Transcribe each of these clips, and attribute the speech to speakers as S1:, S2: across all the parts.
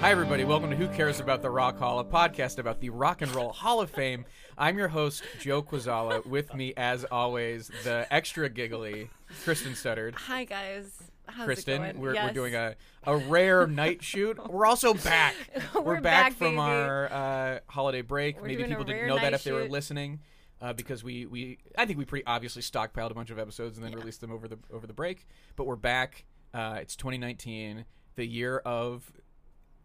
S1: Hi, everybody. Welcome to Who Cares About the Rock Hall, a podcast about the Rock and Roll Hall of Fame. I'm your host, Joe Quazala. With me, as always, the extra giggly Kristen Studdard.
S2: Hi guys. How's
S1: Kristen,
S2: it going?
S1: we're, we're
S2: Yes.
S1: doing a, a rare night shoot. We're also back. We're,
S2: We're
S1: back,
S2: back,
S1: from
S2: baby.
S1: our uh, holiday break.
S2: We're
S1: Maybe
S2: doing a
S1: people didn't
S2: rare
S1: know that
S2: night
S1: if they were
S2: shoot.
S1: listening, uh, because we, we I think we pretty obviously stockpiled a bunch of episodes and then released them over the over the break. But we're back. Uh, it's 2019, the year of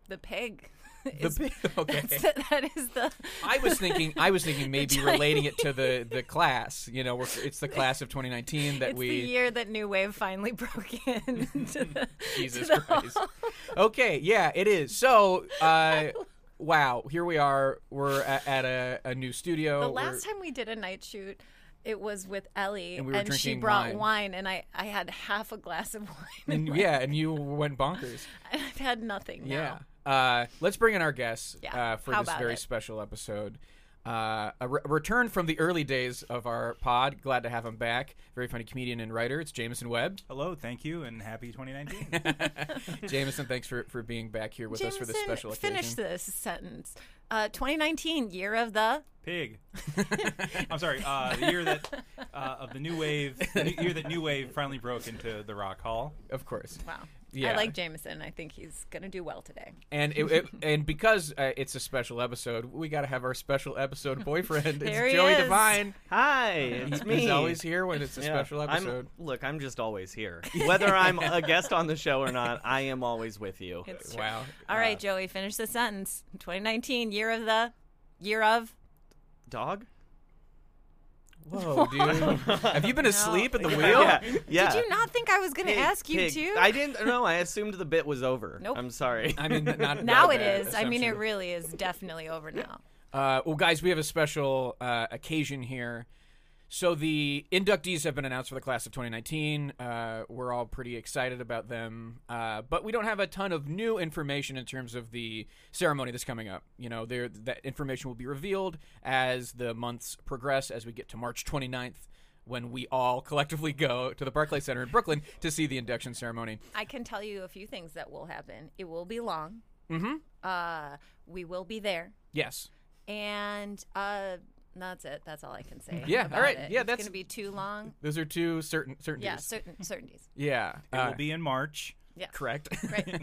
S2: the pig.
S1: the
S2: is-
S1: big. Okay.
S2: that's the- that is the
S1: I was thinking, I was thinking maybe
S2: Tiny-
S1: relating it to the the class. You know, we're, it's the class of 2019 that
S2: it's
S1: we.
S2: the year that new wave finally broke in. to the-
S1: Jesus
S2: to the
S1: Christ.
S2: hall.
S1: Okay, yeah, it is. So, uh, wow, here we are. We're a- at a, a new studio.
S2: The
S1: We're-
S2: last time we did a night shoot, it was with Ellie,
S1: And we were
S2: she
S1: drinking
S2: brought
S1: wine.
S2: wine. and I, I had half a glass of wine, and,
S1: and, yeah, and you went bonkers.
S2: I've had nothing
S1: Yeah.
S2: now.
S1: Uh, let's bring in our guests
S2: Yeah,
S1: uh, for
S2: how
S1: this
S2: about
S1: very
S2: it?
S1: special episode. Uh, a re- return from the early days of our pod. Glad to have him back. Very funny comedian and writer. It's Jameson Webb.
S3: Hello, thank you, and happy 2019.
S1: Jameson, thanks for, for being back here with us for this
S2: Jameson,
S1: special occasion.
S2: finish this sentence. Uh, 2019, year of the
S3: Pig. I'm sorry. Uh, the year that uh, of the new wave, the new- year that new wave finally broke into the rock hall.
S1: Of course.
S2: wow.
S1: Yeah.
S2: I like Jameson. I think he's gonna do well today.
S1: And it, it- and because uh, it's a special episode, we got to have our special episode boyfriend.
S2: There
S1: it's
S2: he
S1: Joey
S2: is.
S1: Devine.
S4: Hi,
S1: He-
S4: it's me.
S1: He's always here when it's a
S4: Yeah,
S1: special
S4: I'm-
S1: episode.
S4: look, I'm just always here. Whether I'm a guest on the show or not, I am always with you.
S2: It's true.
S1: Uh, Wow.
S2: All right, Joey, finish the sentence. 2019, year of the year of.
S4: Dog?
S1: Whoa, dude. Have you been asleep at the wheel?
S4: Yeah. yeah.
S2: Did you not think I was going to
S4: Pig,
S2: ask you
S4: pig.
S2: too?
S4: I didn't know. I assumed the bit was over.
S2: Nope.
S4: I'm sorry.
S1: I mean, not- not
S2: now
S1: a
S2: it
S1: bad
S2: is. I mean, it
S1: assumption.
S2: really is definitely over now.
S1: Uh, well, guys, we have a special uh, occasion here. So the inductees have been announced for the class of 2019. Uh, we're all pretty excited about them, uh, but we don't have a ton of new information in terms of the ceremony that's coming up. You know, there that information will be revealed as the months progress, as we get to March 29th, when we all collectively go to the Barclay Center in Brooklyn to see the induction ceremony.
S2: I can tell you a few things that will happen. It will be long. Mm-hmm. Uh, we will be there,
S1: Yes,
S2: and uh, that's it. That's all I can say.
S1: Yeah,
S2: about
S1: all right.
S2: it.
S1: Yeah,
S2: it's
S1: that's-
S2: going to be too long.
S1: those are two certain certainties.
S2: Yeah, certain certainties.
S1: yeah.
S3: It
S1: Uh,
S3: will be in March.
S2: Yeah,
S1: correct.
S2: Right.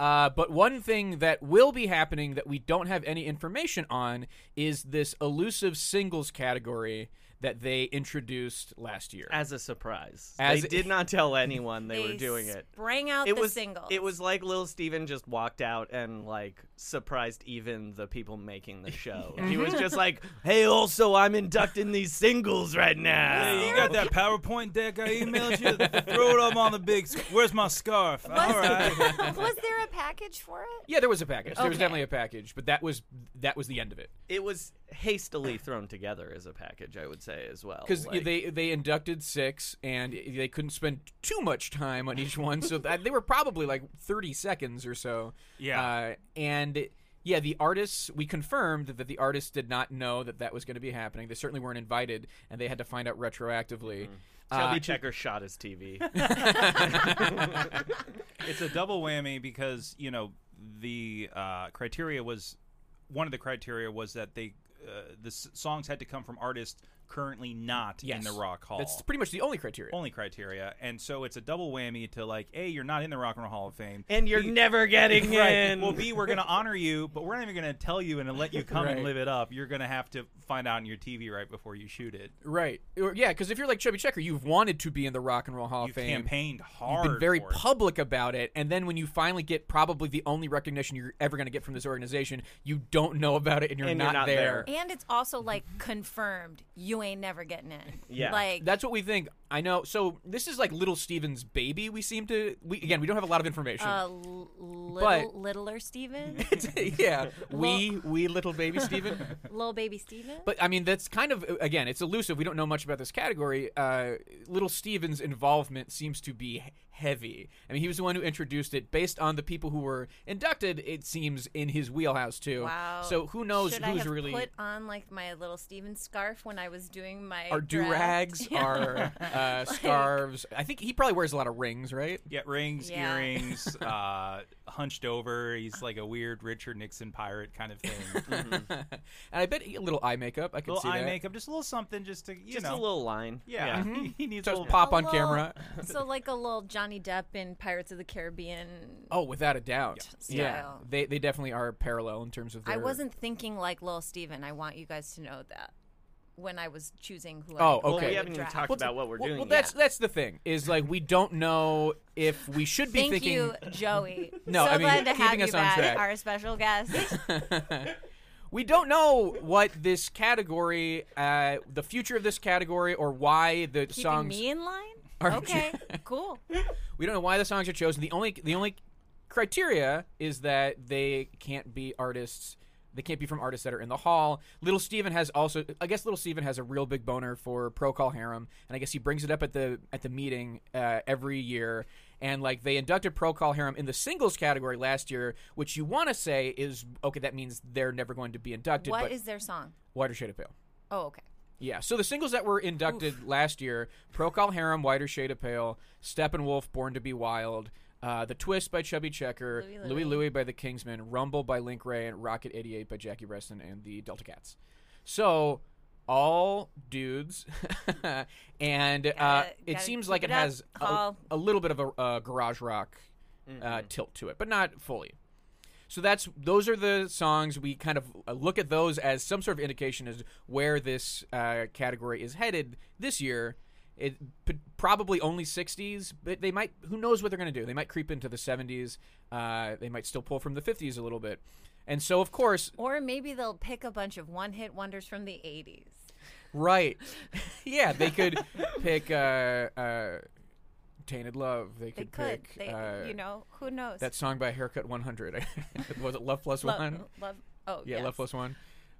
S1: Uh, but one thing that will be happening that we don't have any information on is this elusive singles category that they introduced last year.
S4: As a surprise.
S1: As-
S4: they did not tell anyone they,
S2: They
S4: were doing it.
S2: Sprang out
S4: It
S2: the
S4: was
S2: singles.
S4: It was like Little Steven just walked out and like surprised even the people making the show. He was just like, "Hey, also I'm inducting these singles right now."
S3: Hey, you got that PowerPoint deck I emailed you? Throw it up on the big. sc- Where's my scarf? All right.
S2: was there a package for it?
S1: yeah, there was a package. There was
S2: Okay.
S1: definitely a package, but that was that was the end of it
S4: it was hastily thrown together as a package, I would say as well.
S1: because
S4: Like,
S1: they they inducted six and they couldn't spend too much time on each one, so that, they were probably like thirty seconds or so.
S3: Yeah.
S1: uh, and. Yeah, the artists, we confirmed that the artists did not know that that was going to be happening. They certainly weren't invited, and they had to find out retroactively.
S4: Chubby ah, Checker shot his TV.
S3: It's a double whammy because you know the uh, criteria was one of the criteria was that they uh, the s- songs had to come from artists currently not
S1: Yes.
S3: in the Rock Hall.
S1: That's pretty much the only criteria.
S3: only criteria, and so it's a double whammy to like, a you're not in the Rock and Roll Hall of Fame,
S4: and you're never getting
S3: right.
S4: in.
S3: Well, B, we're gonna honor you, but we're not even gonna tell you and let you come
S1: Right.
S3: and live it up. You're gonna have to find out on your TV right before you shoot it.
S1: Right. Or, yeah, because if you're like Chubby Checker, you've wanted to be in the Rock and Roll Hall
S3: You
S1: of Fame.
S3: campaigned
S1: You've
S3: hard.
S1: been very
S3: for it.
S1: public about it, and then when you finally get probably the only recognition you're ever going to get from this organization, you don't know about it and you're,
S4: And
S1: not,
S4: you're not there.
S2: And it's also like confirmed you ain't never getting in.
S4: Yeah.
S2: Like
S1: That's what we think. I know. So this is like Little Steven's baby. We seem to. We again, we don't have a lot of information.
S2: uh, l- little
S1: But-
S2: littler Steven,
S1: yeah, we we little baby Steven.
S2: little baby Steven.
S1: But I mean, that's kind of again, it's elusive. We don't know much about this category. Uh, Little Steven's involvement seems to be he- heavy. I mean, he was the one who introduced it. Based on the people who were inducted, it seems in his wheelhouse too.
S2: wow.
S1: So who knows
S2: Should
S1: who's
S2: I have
S1: really
S2: put on like my little Steven scarf when I was doing my
S1: our do
S2: draft?
S1: rags,
S2: Yeah.
S1: our uh, scarves. I think he probably wears a lot of rings, right?
S3: Yeah, rings,
S2: Yeah.
S3: earrings, uh, hunched over. He's like a weird Richard Nixon pirate kind of thing.
S1: and I bet he- a little eye makeup. I can
S3: little
S1: see
S3: eye
S1: that.
S3: makeup, just a little something, just to you
S4: just
S3: know.
S4: a little line.
S3: yeah, Mm-hmm. he, he needs a
S1: Just
S3: little
S1: pop
S2: A
S1: on
S2: little- Oh,
S1: camera.
S2: so like a little Johnny Depp in Pirates of the Caribbean.
S1: Oh, without a doubt.
S2: Yeah.
S1: Yeah,
S2: Style.
S1: they they definitely are parallel in terms of. Their...
S2: I wasn't thinking like little Steven. I want you guys to know that when I was choosing who.
S1: Oh,
S2: I would
S1: okay.
S4: Well, we
S1: Yeah,
S4: haven't even
S2: draft.
S4: talked about what we're
S1: Well,
S4: doing.
S1: well,
S4: yet.
S1: that's that's the thing is like we don't know if we should be
S2: Thank
S1: thinking.
S2: you, Joey.
S1: No,
S2: so
S1: I mean,
S2: glad to have
S1: keeping
S2: you
S1: us on
S2: back,
S1: track.
S2: our special guest.
S1: We don't know what this category, uh, the future of this category, or why the
S2: Keeping
S1: songs.
S2: me in line.
S1: Are you-
S2: okay, cool.
S1: We don't know why the songs are chosen. The only the only criteria is that they can't be artists. They can't be from artists that are in the hall. Little Steven has also, I guess, Little Steven has a real big boner for Pro Call Harem, and I guess he brings it up at the at the meeting uh, every year. And like they inducted Pro Call Harem in the singles category last year, which you want to say is okay. That means they're never going to be inducted.
S2: What
S1: but
S2: is their song?
S1: Whiter Shade of Pale?
S2: Oh, okay.
S1: Yeah. So the singles that were inducted last year: Procol Harum, Whiter Shade of Pale, Steppenwolf, Born to Be Wild, uh, The Twist by Chubby Checker,
S2: Louie
S1: Louie
S2: Louie.
S1: Louie by The Kingsmen, Rumble by Link Ray, and Rocket 88 by Jackie Reston and the Delta Cats. So all dudes, and uh,
S2: Gotta-
S1: it
S2: gotta
S1: seems
S2: keep
S1: like it,
S2: it up,
S1: has a,
S2: Paul.
S1: a little bit of a, uh garage rock uh, tilt to it, but not fully. So that's those are the songs we kind of uh, look at those as some sort of indication as where this uh, category is headed this year. It p- probably only 60s, but they might. Who knows what they're going to do? They might creep into the 70s. Uh, they might still pull from the 50s a little bit. And so, of course,
S2: Or maybe they'll pick a bunch of one-hit wonders from the '80s.
S1: right? yeah, they could pick uh, uh, "Tainted Love." They
S2: They
S1: could,
S2: could.
S1: pick
S2: They,
S1: uh,
S2: you know, who knows?
S1: that song by Haircut 100. Was it Love Plus
S2: love,
S1: One?
S2: love. Oh,
S1: Yeah,
S2: yes.
S1: left plus one.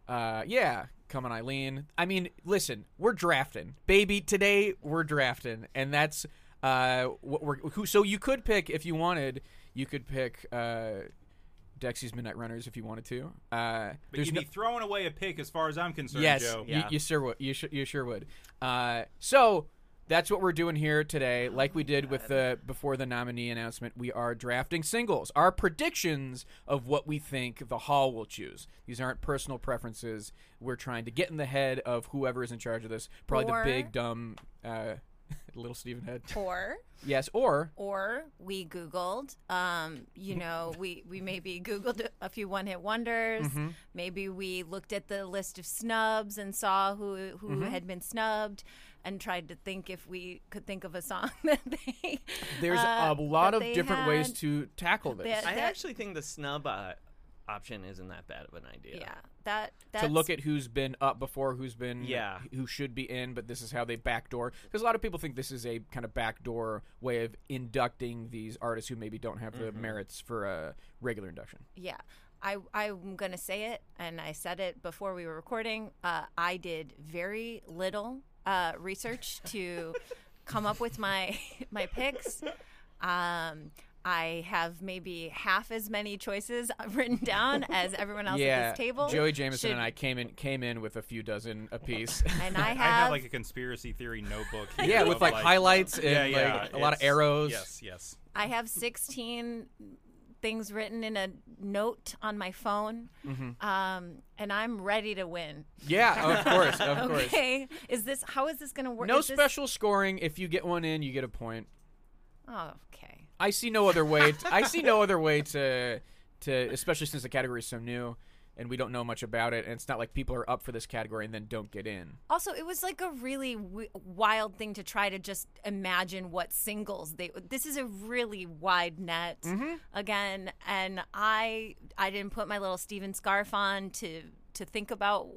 S1: Uh, yeah, come on, Eileen. I mean, listen, we're drafting, baby. Today we're drafting, and that's uh, what we're. Who, so you could pick if you wanted. You could pick uh, Dexy's Midnight Runners if you wanted to. Uh,
S3: But you'd
S1: no-
S3: be throwing away a pick, as far as I'm concerned,
S1: yes,
S3: Joe.
S1: You, you sure would. You, sh- you sure would. Uh, so that's what we're doing here today, like we did with the before the nominee announcement. We are drafting singles, our predictions of what we think the hall will choose. These aren't personal preferences. We're trying to get in the head of whoever is in charge of this. Probably
S2: Or-
S1: the big dumb uh, little Stephen head.
S2: Or,
S1: Yes, or
S2: or we Googled. Um,
S1: Mm-hmm.
S2: you know, we we maybe Googled a few one-hit wonders.
S1: Mm-hmm.
S2: Maybe we looked at the list of snubs and saw who who
S1: Mm-hmm.
S2: had been snubbed, and tried to think if we could think of a song that they.
S1: there's
S2: uh,
S1: a lot
S2: that
S1: of
S2: they
S1: different ways
S2: had.
S1: to tackle this.
S2: that-
S4: I
S2: that-
S4: actually think the snub uh, option isn't that bad of an idea.
S2: Yeah, that that's
S1: to look at who's been up before, who's been
S4: Yeah.
S1: who should be in, but this is how they backdoor. Because a lot of people think this is a kind of backdoor way of inducting these artists who maybe don't have the merits for a regular induction.
S2: Yeah. I, I'm going to say it, and I said it before we were recording. Uh, I did very little uh, research to come up with my, my picks. Um, I have maybe half as many choices uh, written down as everyone else
S1: yeah,
S2: at this table.
S1: Joey Jameson and
S2: Should-
S1: I came in came in with a few dozen apiece.
S2: And I
S3: I have
S2: have,
S3: like a conspiracy theory notebook. Here
S1: yeah, with
S3: of,
S1: like, highlights and
S3: Yeah, yeah,
S1: like a lot of
S3: it's-
S1: arrows.
S3: Yes, yes.
S2: I have 16 things written in a note on my phone,
S1: Mm-hmm.
S2: um, and I'm ready to win.
S1: Yeah, of course, of course.
S2: Okay, is this how is this going to work?
S1: No
S2: Is this-
S1: special scoring. If you get one in, you get a point.
S2: Oh, okay.
S1: I see no other way. t- I see no other way to to especially since the category is so new and we don't know much about it and it's not like people are up for this category and then don't get in.
S2: Also, it was like a really w- wild thing to try to just imagine what singles they. This is a really wide net
S1: Mm-hmm.
S2: again, and I I didn't put my little Steven scarf on to to think about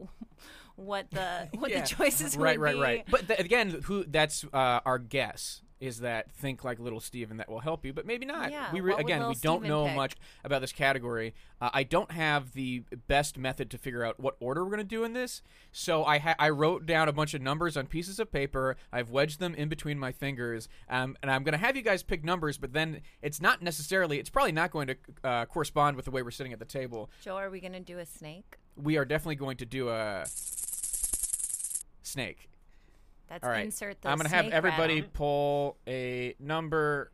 S2: what the what
S1: Yeah.
S2: the choices
S1: right,
S2: would
S1: right,
S2: be.
S1: right. But th- again, who that's uh, our guess is that think like little Steven that will help you, but maybe not.
S2: Yeah,
S1: we re-
S2: what would
S1: again, we
S2: Little
S1: don't
S2: Steven
S1: know
S2: pick?
S1: much about this category. Uh, I don't have the best method to figure out what order we're going to do in this. So I ha- I wrote down a bunch of numbers on pieces of paper. I've wedged them in between my fingers, um, and I'm going to have you guys pick numbers. But then it's not necessarily. It's probably not going to uh, correspond with the way we're sitting at the table.
S2: Joe, are we gonna do a snake?
S1: We are definitely going to do a snake.
S2: That's
S1: All right.
S2: insert the.
S1: I'm gonna have
S2: snake
S1: everybody
S2: rattle.
S1: pull a number.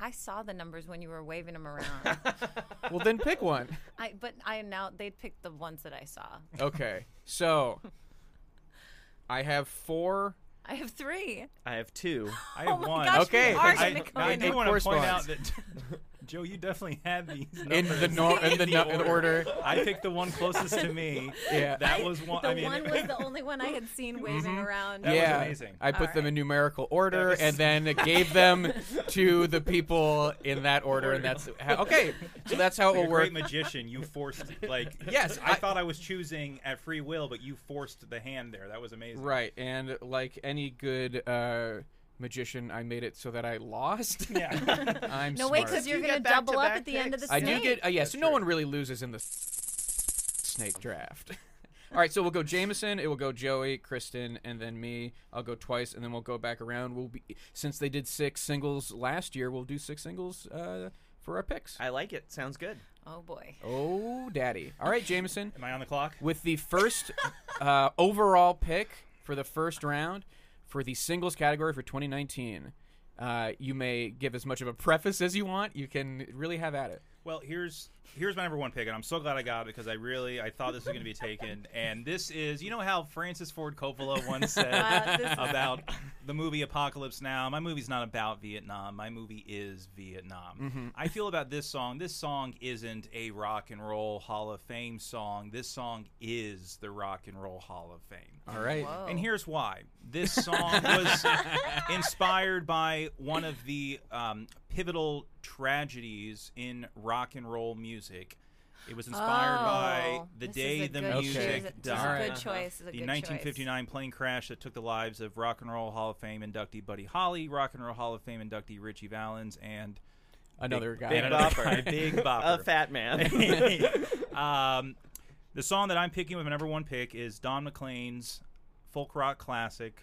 S2: I saw the numbers when you were waving them around.
S1: Well, then pick one.
S2: I but I now they picked the ones that I saw.
S1: Okay. So I have four.
S2: I have three.
S4: I have two.
S3: I have
S2: Oh my
S3: one.
S2: gosh,
S1: Okay,
S2: you are
S1: I-
S2: gonna
S3: I, I
S2: come
S3: do
S2: in.
S3: want to point out
S1: corresponds.
S3: that Joe, you definitely had these
S1: In
S3: numbers.
S1: the, no, in the no, in order.
S3: I picked the one closest to me.
S1: Yeah.
S3: that was
S1: Oh,
S3: one.
S2: The
S3: I mean,
S2: one was the only one I had
S1: Mm-hmm.
S2: seen waving around.
S3: That was
S1: yeah,
S3: amazing.
S1: I put
S2: All
S1: them in
S2: right.
S1: numerical order
S3: was-
S1: and then gave them to the people in that order, and that's how, okay. So that's how it
S3: like
S1: will
S3: a
S1: work.
S3: great magician. You forced like
S1: Yes,
S3: I,
S1: I-
S3: thought I was choosing at free will, but you forced the hand there. That was amazing.
S1: Right, and like any good uh, magician, I made it so that I lost.
S3: Yeah.
S1: I'm
S2: No
S1: smart.
S2: way, because you're
S4: You
S2: gonna
S4: get back-to-back
S2: double up at the end of the
S4: picks.
S1: I do
S2: snake.
S1: get uh, yeah.
S4: That's
S1: so no
S4: true.
S1: one really loses in the snake draft. All right, so we'll go Jameson. It will go Joey, Kristen, and then me. I'll go twice, and then we'll go back around. We'll be since they did six singles last year. We'll do six singles uh, for our picks.
S4: I like it. Sounds good.
S2: Oh boy.
S1: oh, daddy! All right, Jameson,
S3: Am I on the clock?
S1: with the first uh, overall pick for the first round for the singles category for 2019. Uh, you may give as much of a preface as you want. You can really have at it.
S3: Well, here's here's my number one pick, and I'm so glad I got it because I really I thought this was going to be taken. And this is you know how Francis Ford Coppola once said
S2: Wow, this is-
S3: about the movie Apocalypse Now. My movie's not about Vietnam. My movie is Vietnam. I feel about this song. This song isn't a rock and roll Hall of Fame song. This song is the Rock and Roll Hall of Fame.
S1: All right.
S2: Oh.
S3: And here's why. This song was inspired by one of the um, pivotal tragedies in rock and roll music. It was inspired by
S2: Oh,
S3: the
S2: this is
S3: day
S2: a
S3: the
S2: good
S3: music
S1: choice.
S2: This is a
S3: died.
S2: good choice. This is a
S3: The
S2: good
S3: 1959 plane crash that took the lives of Rock and Roll Hall of Fame inductee Buddy Holly, Rock and Roll Hall of Fame inductee Richie Valens, and
S1: Another guy.
S3: Big
S1: Another
S3: Bopper.
S1: guy.
S3: Big Bopper.
S4: A fat man.
S3: um, the song that I'm picking with my number one pick is Don McLean's folk rock classic,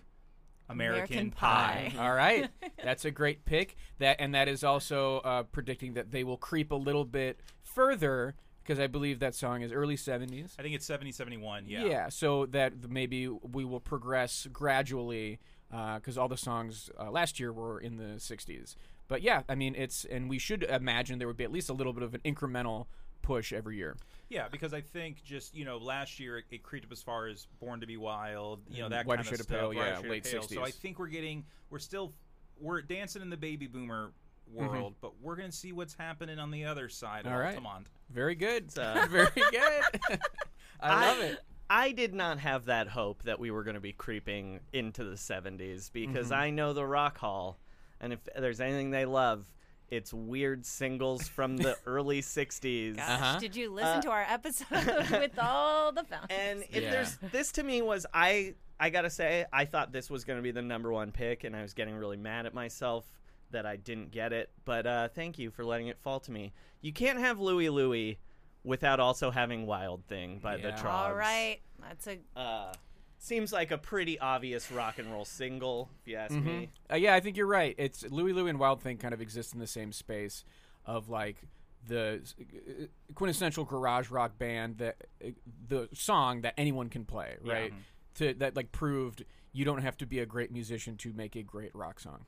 S3: American,
S2: American
S3: Pie.
S1: All right, that's a great pick. That and that is also uh, predicting that they will creep a little bit further because I believe that song is early seventies.
S3: I think it's 70, 71. Yeah.
S1: so that maybe we will progress gradually because all the songs uh, last year were in the sixties. But yeah, I mean it's and we should imagine there would be at least a little bit of an incremental push every year.
S3: Yeah, because I think just, you know, last year it, it creeped up as far as Born to Be Wild, you know,
S1: And
S3: that
S1: Whiter
S3: kind
S1: Shade
S3: of
S1: of
S3: stuff.
S1: Pale,
S3: Whiter
S1: yeah,
S3: Shade of
S1: late
S3: Pale. So
S1: 60s.
S3: I think we're getting, we're still, we're dancing in the baby boomer world, but we're going to see what's happening on the other side.
S1: Mm-hmm. All
S3: of
S1: right.
S3: Altamont.
S1: Very good,
S4: So-
S1: very good. I love it.
S4: I did not have that hope that we were going to be creeping into the 70s because
S1: Mm-hmm.
S4: I know the Rock Hall, and if there's anything they love, it's weird singles from the early 60s.
S2: Gosh, did you listen to our episode with all the fountains?
S4: And if
S1: Yeah.
S4: there's this to me was I I gotta say I thought this was gonna be the number one pick, and I was getting really mad at myself that I didn't get it. But uh, thank you for letting it fall to me. You can't have Louie Louie without also having Wild Thing by the
S1: Yeah.
S4: Trogs.
S2: all right, that's a
S4: Uh, seems like a pretty obvious rock and roll single, if you ask me.
S1: Uh, yeah, I think you're right. It's Louie Louie and Wild Thing kind of exist in the same space of like the s- uh, quintessential garage rock band that uh, the song that anyone can play, right? To that like proved you don't have to be a great musician to make a great rock song.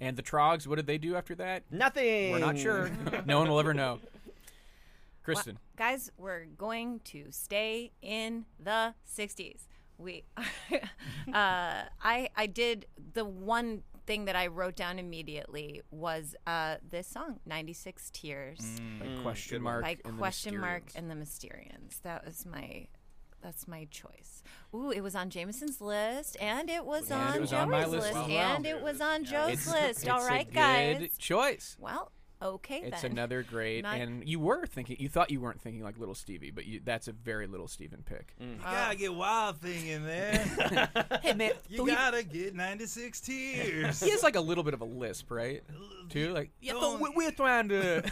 S1: And the Trogs, what did they do after that?
S4: Nothing.
S1: We're not sure. no one will ever know. Kristen,
S2: Guys, we're going to stay in the 60s. We, uh, I, I did the one thing that I wrote down immediately was uh, this song, 96 Tears
S1: by question mark.
S2: by
S1: and the
S2: Question Mark
S1: Mysterians.
S2: and the Mysterians. That was my. That's my choice. Ooh, it was on Jameson's list, and it was
S1: And it
S2: on
S1: was
S2: Joey's
S1: on my list
S2: list,
S1: as well.
S2: and it was on Joe's
S1: It's-
S2: list.
S1: it's
S2: All
S1: a
S2: right,
S1: good
S2: guys.
S1: Choice.
S2: Well, okay
S1: It's
S2: then.
S1: another great,
S2: Not-
S1: and you were thinking, you thought you weren't thinking like Little Stevie, but you, that's a very Little Steven pick.
S3: You gotta get Wild Thing in there.
S1: Hey man,
S3: you gotta get 96 tears.
S1: he has like a little bit of a lisp, right? Too like yeah, so we- we're trying to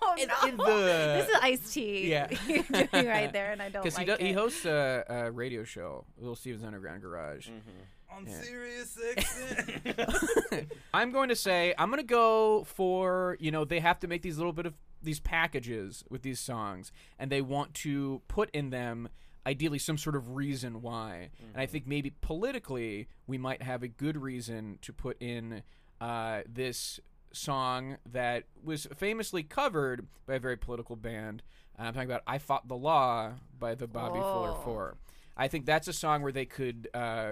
S2: Oh,
S1: in-
S2: no.
S1: in the-
S2: this is iced tea.
S1: Yeah.
S2: you're doing right there, and I don't
S1: because
S2: like
S1: he do,
S2: it.
S1: he hosts a, a radio show, Little Steven's Underground Garage.
S3: On serious accent.
S1: I'm going to say I'm going to go for you know they have to make these little bit of these packages with these songs, and they want to put in them ideally some sort of reason why. And I think maybe politically we might have a good reason to put in uh, this song that was famously covered by a very political band. Uh, I'm talking about "I Fought the Law" by the Bobby Fuller
S2: Oh.
S1: Four. I think that's a song where they could. Uh,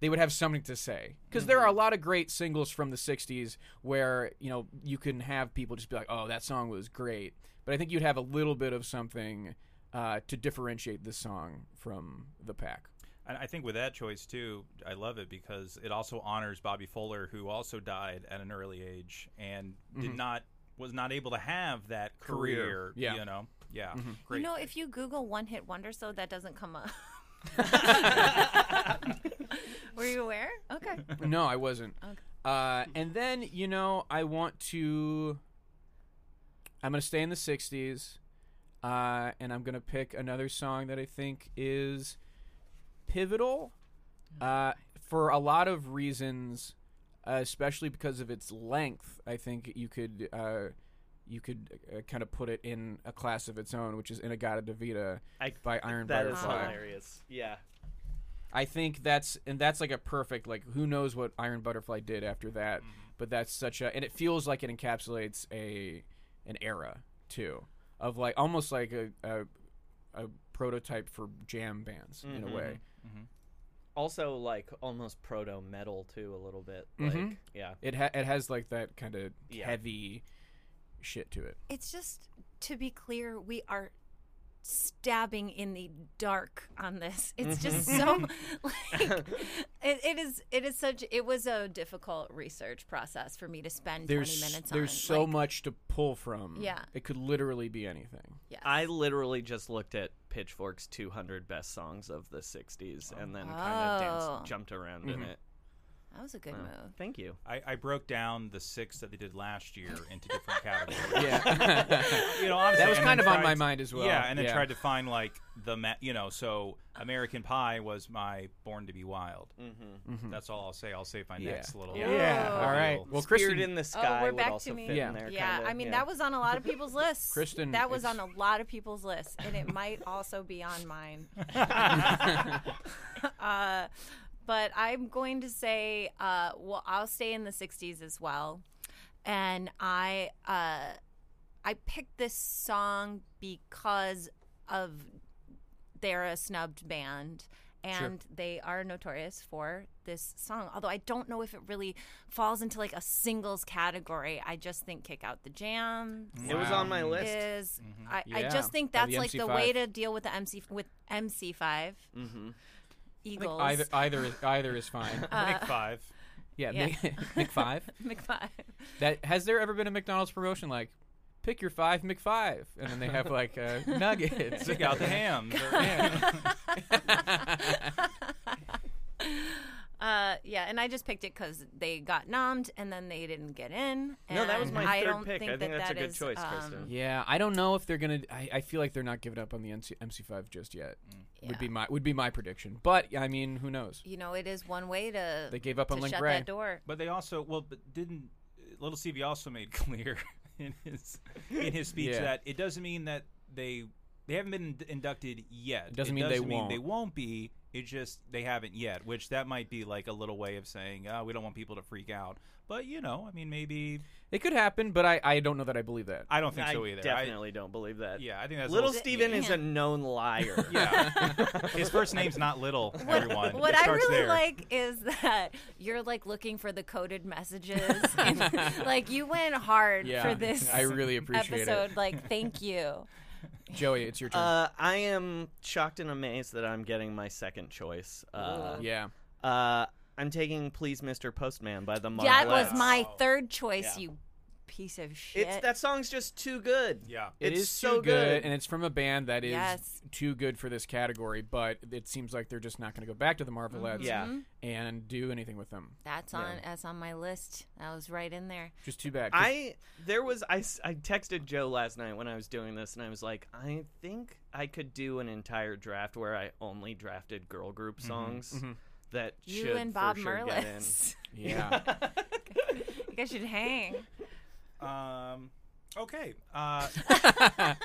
S1: they would have something to say because there are a lot of great singles from the 60s where you know you can have people just be like oh that song was great but i think you'd have a little bit of something uh, to differentiate this song from the pack
S3: And I think with that choice too, I love it because it also honors Bobby Fuller, who also died at an early age and did not was not able to have that
S1: Mm-hmm. Career,
S3: career.
S1: yeah. Mm-hmm.
S3: You know, yeah,
S2: You
S3: great.
S2: know, if you Google one hit wonders, though, that doesn't come up. Were you aware? Okay.
S1: no i wasn't uh, and then you know i want to i'm gonna stay in the 60s uh, and i'm gonna pick another song that i think is pivotal uh, for a lot of reasons, uh, especially because of its length. I think you could uh, you could uh, kind of put it in a class of its own, which is Inagata Devita
S4: I-
S1: by Iron
S4: That is
S1: Butterfly.
S4: hilarious. Yeah.
S1: I think that's and that's like a perfect like who knows what Iron Butterfly did after that,
S3: Mm-hmm.
S1: but that's such a and it feels like it encapsulates a an era too of like almost like a a, a prototype for jam bands in
S3: Mm-hmm.
S1: a way.
S4: Also, like almost proto metal too, a little bit. Like,
S1: Mhm.
S4: yeah.
S1: It ha- it has like that kind of
S4: Yeah.
S1: heavy shit to it.
S2: It's just to be clear, we are stabbing in the dark on this. It's just
S1: Mm-hmm.
S2: so like it, it is it is such it was a difficult research process for me to spend
S1: There's
S2: 20 minutes on.
S1: there's so
S2: Like,
S1: much to pull from.
S2: Yeah.
S1: it could literally be anything.
S2: yes.
S4: I literally just looked at Pitchfork's 200 best songs of the 60s and then kind of
S2: Oh.
S4: danced, jumped around in it.
S2: that was a good move.
S4: Thank you.
S3: I, I broke down the six that they did last year into different categories.
S1: Yeah,
S3: You know, honestly,
S1: That was
S3: and
S1: kind
S3: then
S1: of on
S3: tried
S1: my
S3: to-
S1: mind as well.
S3: Yeah, and then
S1: Yeah.
S3: tried to find like the ma- you know, so American Pie was my Born to Be Wild. Mm-hmm. That's all I'll say. I'll save my
S1: Hmm. Yeah.
S3: next little.
S4: Yeah.
S1: All right. Well, Kristen,
S4: Spirit in the Sky
S2: Oh, we're
S4: would
S2: back
S4: also
S2: to me.
S4: fit
S1: Yeah.
S4: in there.
S2: yeah,
S4: kinda,
S2: I mean
S4: yeah.
S2: that was on a lot of people's lists.
S1: Kristen,
S2: that was
S1: it's-
S2: on a lot of people's lists, and it might also be on mine. uh, but I'm going to say, uh, well, I'll stay in the '60s as well, and I uh, I picked this song because of they're a snubbed band. And they are notorious for this song. Although I don't know if it really falls into like a singles category. I just think Kick Out the Jam
S4: It was on my list.
S2: is I, I
S1: Mm-hmm. Yeah,
S2: just think
S1: by the
S2: that's like the
S1: MC5.
S2: way to deal with the MC with MC5
S1: Mm-hmm.
S2: Eagles
S1: either either is, either is fine.
S2: Uh,
S3: Big five.
S1: yeah,
S2: yeah.
S1: Mc, McFive.
S2: McFive.
S1: That has there ever been a McDonald's promotion like? Pick your five McFive, and then they have like uh, nuggets.
S3: Stick out the hams. or-
S2: Uh, yeah, and I just picked it because they got nommed and then they didn't get in.
S4: No, that was
S2: and
S4: my
S2: I
S4: third
S2: don't
S4: pick.
S2: Think
S4: I think
S2: that
S4: that's a
S2: that
S4: good
S2: is,
S4: choice,
S2: um,
S4: Kristen.
S1: Yeah, I don't know if they're gonna. I, I feel like they're not giving up on the MC, MC5 just yet.
S2: Mm.
S1: Would be my would be my prediction. But I mean, who knows?
S2: You know, it is one way to
S1: They gave up
S2: to
S1: on Link
S2: shut
S1: Ray.
S2: that door.
S3: But they also well, but didn't Little Stevie also made clear in his in his speech
S1: Yeah.
S3: that it doesn't mean that they They haven't been ind- inducted yet.
S1: It doesn't
S3: It
S1: mean they
S3: doesn't mean they
S1: won't.
S3: won't be. It just they haven't yet, which that might be like a little way of saying uh, we don't want people to freak out. But you know, I mean, maybe
S1: It could happen, but I, I don't know that I believe that.
S3: I don't think
S4: I
S3: so either. I-
S4: definitely don't believe that.
S3: yeah, I think that's a
S4: Little
S3: little
S4: Steven
S3: sneaky.
S4: is a known liar.
S3: Yeah, his first name's not Little. Everyone.
S2: What
S3: It
S2: I
S3: starts
S2: really
S3: there.
S2: like is that you're like looking for the coded messages. and, like you went hard
S1: yeah,
S2: for this
S1: I really appreciate
S2: episode. Like, thank you.
S1: it. Joey, it's your turn.
S4: Uh, I am shocked and amazed that I'm getting my second choice. Uh,
S1: yeah.
S4: uh, I'm taking Please Mr. Postman by the Marvelettes.
S2: that was my third choice,
S4: Yeah.
S2: you piece of shit.
S4: It's that song's just too good.
S3: Yeah.
S1: It
S4: it's
S1: is
S4: so
S1: too good, and it's from a band that is
S2: Yes.
S1: too good for this category. But it seems like they're just not going to go back to the Marvelettes,
S4: Yeah.
S1: and do anything with them.
S2: That's on. That's on my list. That was right in there.
S1: Just too bad. 'cause-
S4: I there was I, s- I texted Joe last night when I was doing this and I was like I think I could do an entire draft where I only drafted girl group
S1: Mm-hmm.
S4: songs that
S2: You
S4: should
S2: and Bob
S4: for sure get in.
S2: Merlis.
S1: yeah,
S2: you guys should hang.
S3: Um, okay. Uh,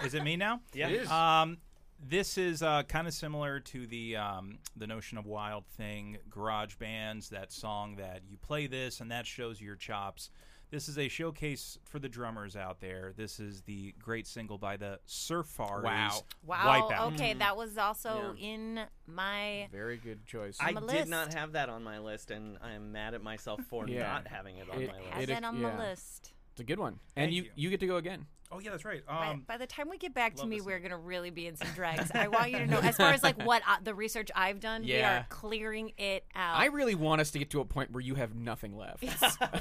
S3: is it me now?
S4: Yeah. It is.
S3: Um, this is uh, kind of similar to the um, the notion of wild thing, garage bands. That song that you play this and that shows your chops. This is a showcase for the drummers out there. This is the great single by the Surfaris.
S1: Wow.
S2: Wow. Mm-hmm.
S3: Wipeout.
S2: Okay, that was also in my.
S1: very good choice.
S4: I
S2: my
S4: did not
S2: list.
S4: have that on my list and I am mad at myself for
S1: Yeah.
S4: not having it on
S1: It-
S4: my
S2: Had
S4: list.
S1: it-
S2: that on
S1: yeah.
S2: my list.
S1: it's a good one, and
S3: Thank
S1: you,
S3: you.
S1: get to go again.
S3: Oh yeah, that's right.
S2: By,
S3: Um,
S2: by the time we get back to
S3: love
S2: me,
S3: this
S2: we're gonna really be in some drags. I want you to know, as far as like what I, the research I've done, we
S1: Yeah.
S2: are clearing it out.
S1: I really want us to get to a point where you have nothing left,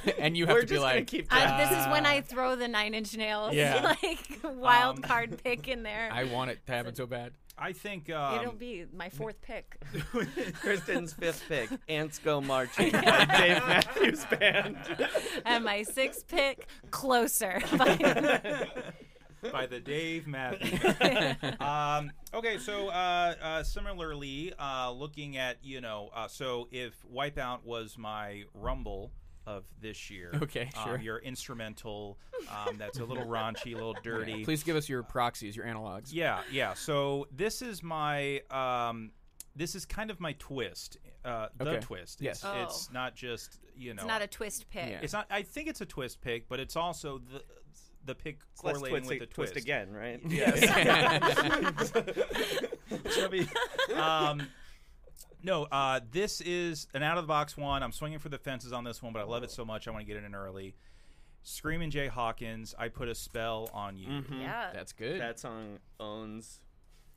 S1: and you have
S4: We're
S1: to be
S4: just gonna
S1: like,
S4: keep
S2: I- this is when I throw the Nine Inch Nails
S1: Yeah.
S2: like wild card pick in there.
S1: "I want it to happen so bad."
S3: I think um,
S2: It'll be my fourth pick.
S4: Kristen's fifth pick, Ants Go Marching by Dave Matthews Band.
S2: and my sixth pick, Closer. By-
S3: by the Dave Matthews. um, okay, so uh, uh, similarly, uh, looking at you know, uh, so if Wipeout was my Rumble of this year,
S1: Okay,
S3: um,
S1: sure.
S3: your instrumental um, that's a little raunchy, a little dirty.
S1: Please give us your proxies, your analogs.
S3: Yeah, yeah. So this is my um, this is kind of my twist, uh, the
S1: Okay.
S3: twist.
S1: Yes.
S3: it's, it's not just you know,
S2: Oh. it's not a twist pick.
S1: Yeah.
S3: it's not. I think it's a twist pick, but it's also the the pick
S4: Let's
S3: correlating
S4: twist,
S3: with
S4: it-
S3: the
S4: twist
S3: twist
S4: again, right?
S3: Chubby. um, no, uh, this is an out of the box one. I'm swinging for the fences on this one, but I love it so much I want to get it in early. Screaming Jay Hawkins, I put a spell on you.
S1: Mm-hmm.
S2: Yeah.
S1: That's good.
S4: That song owns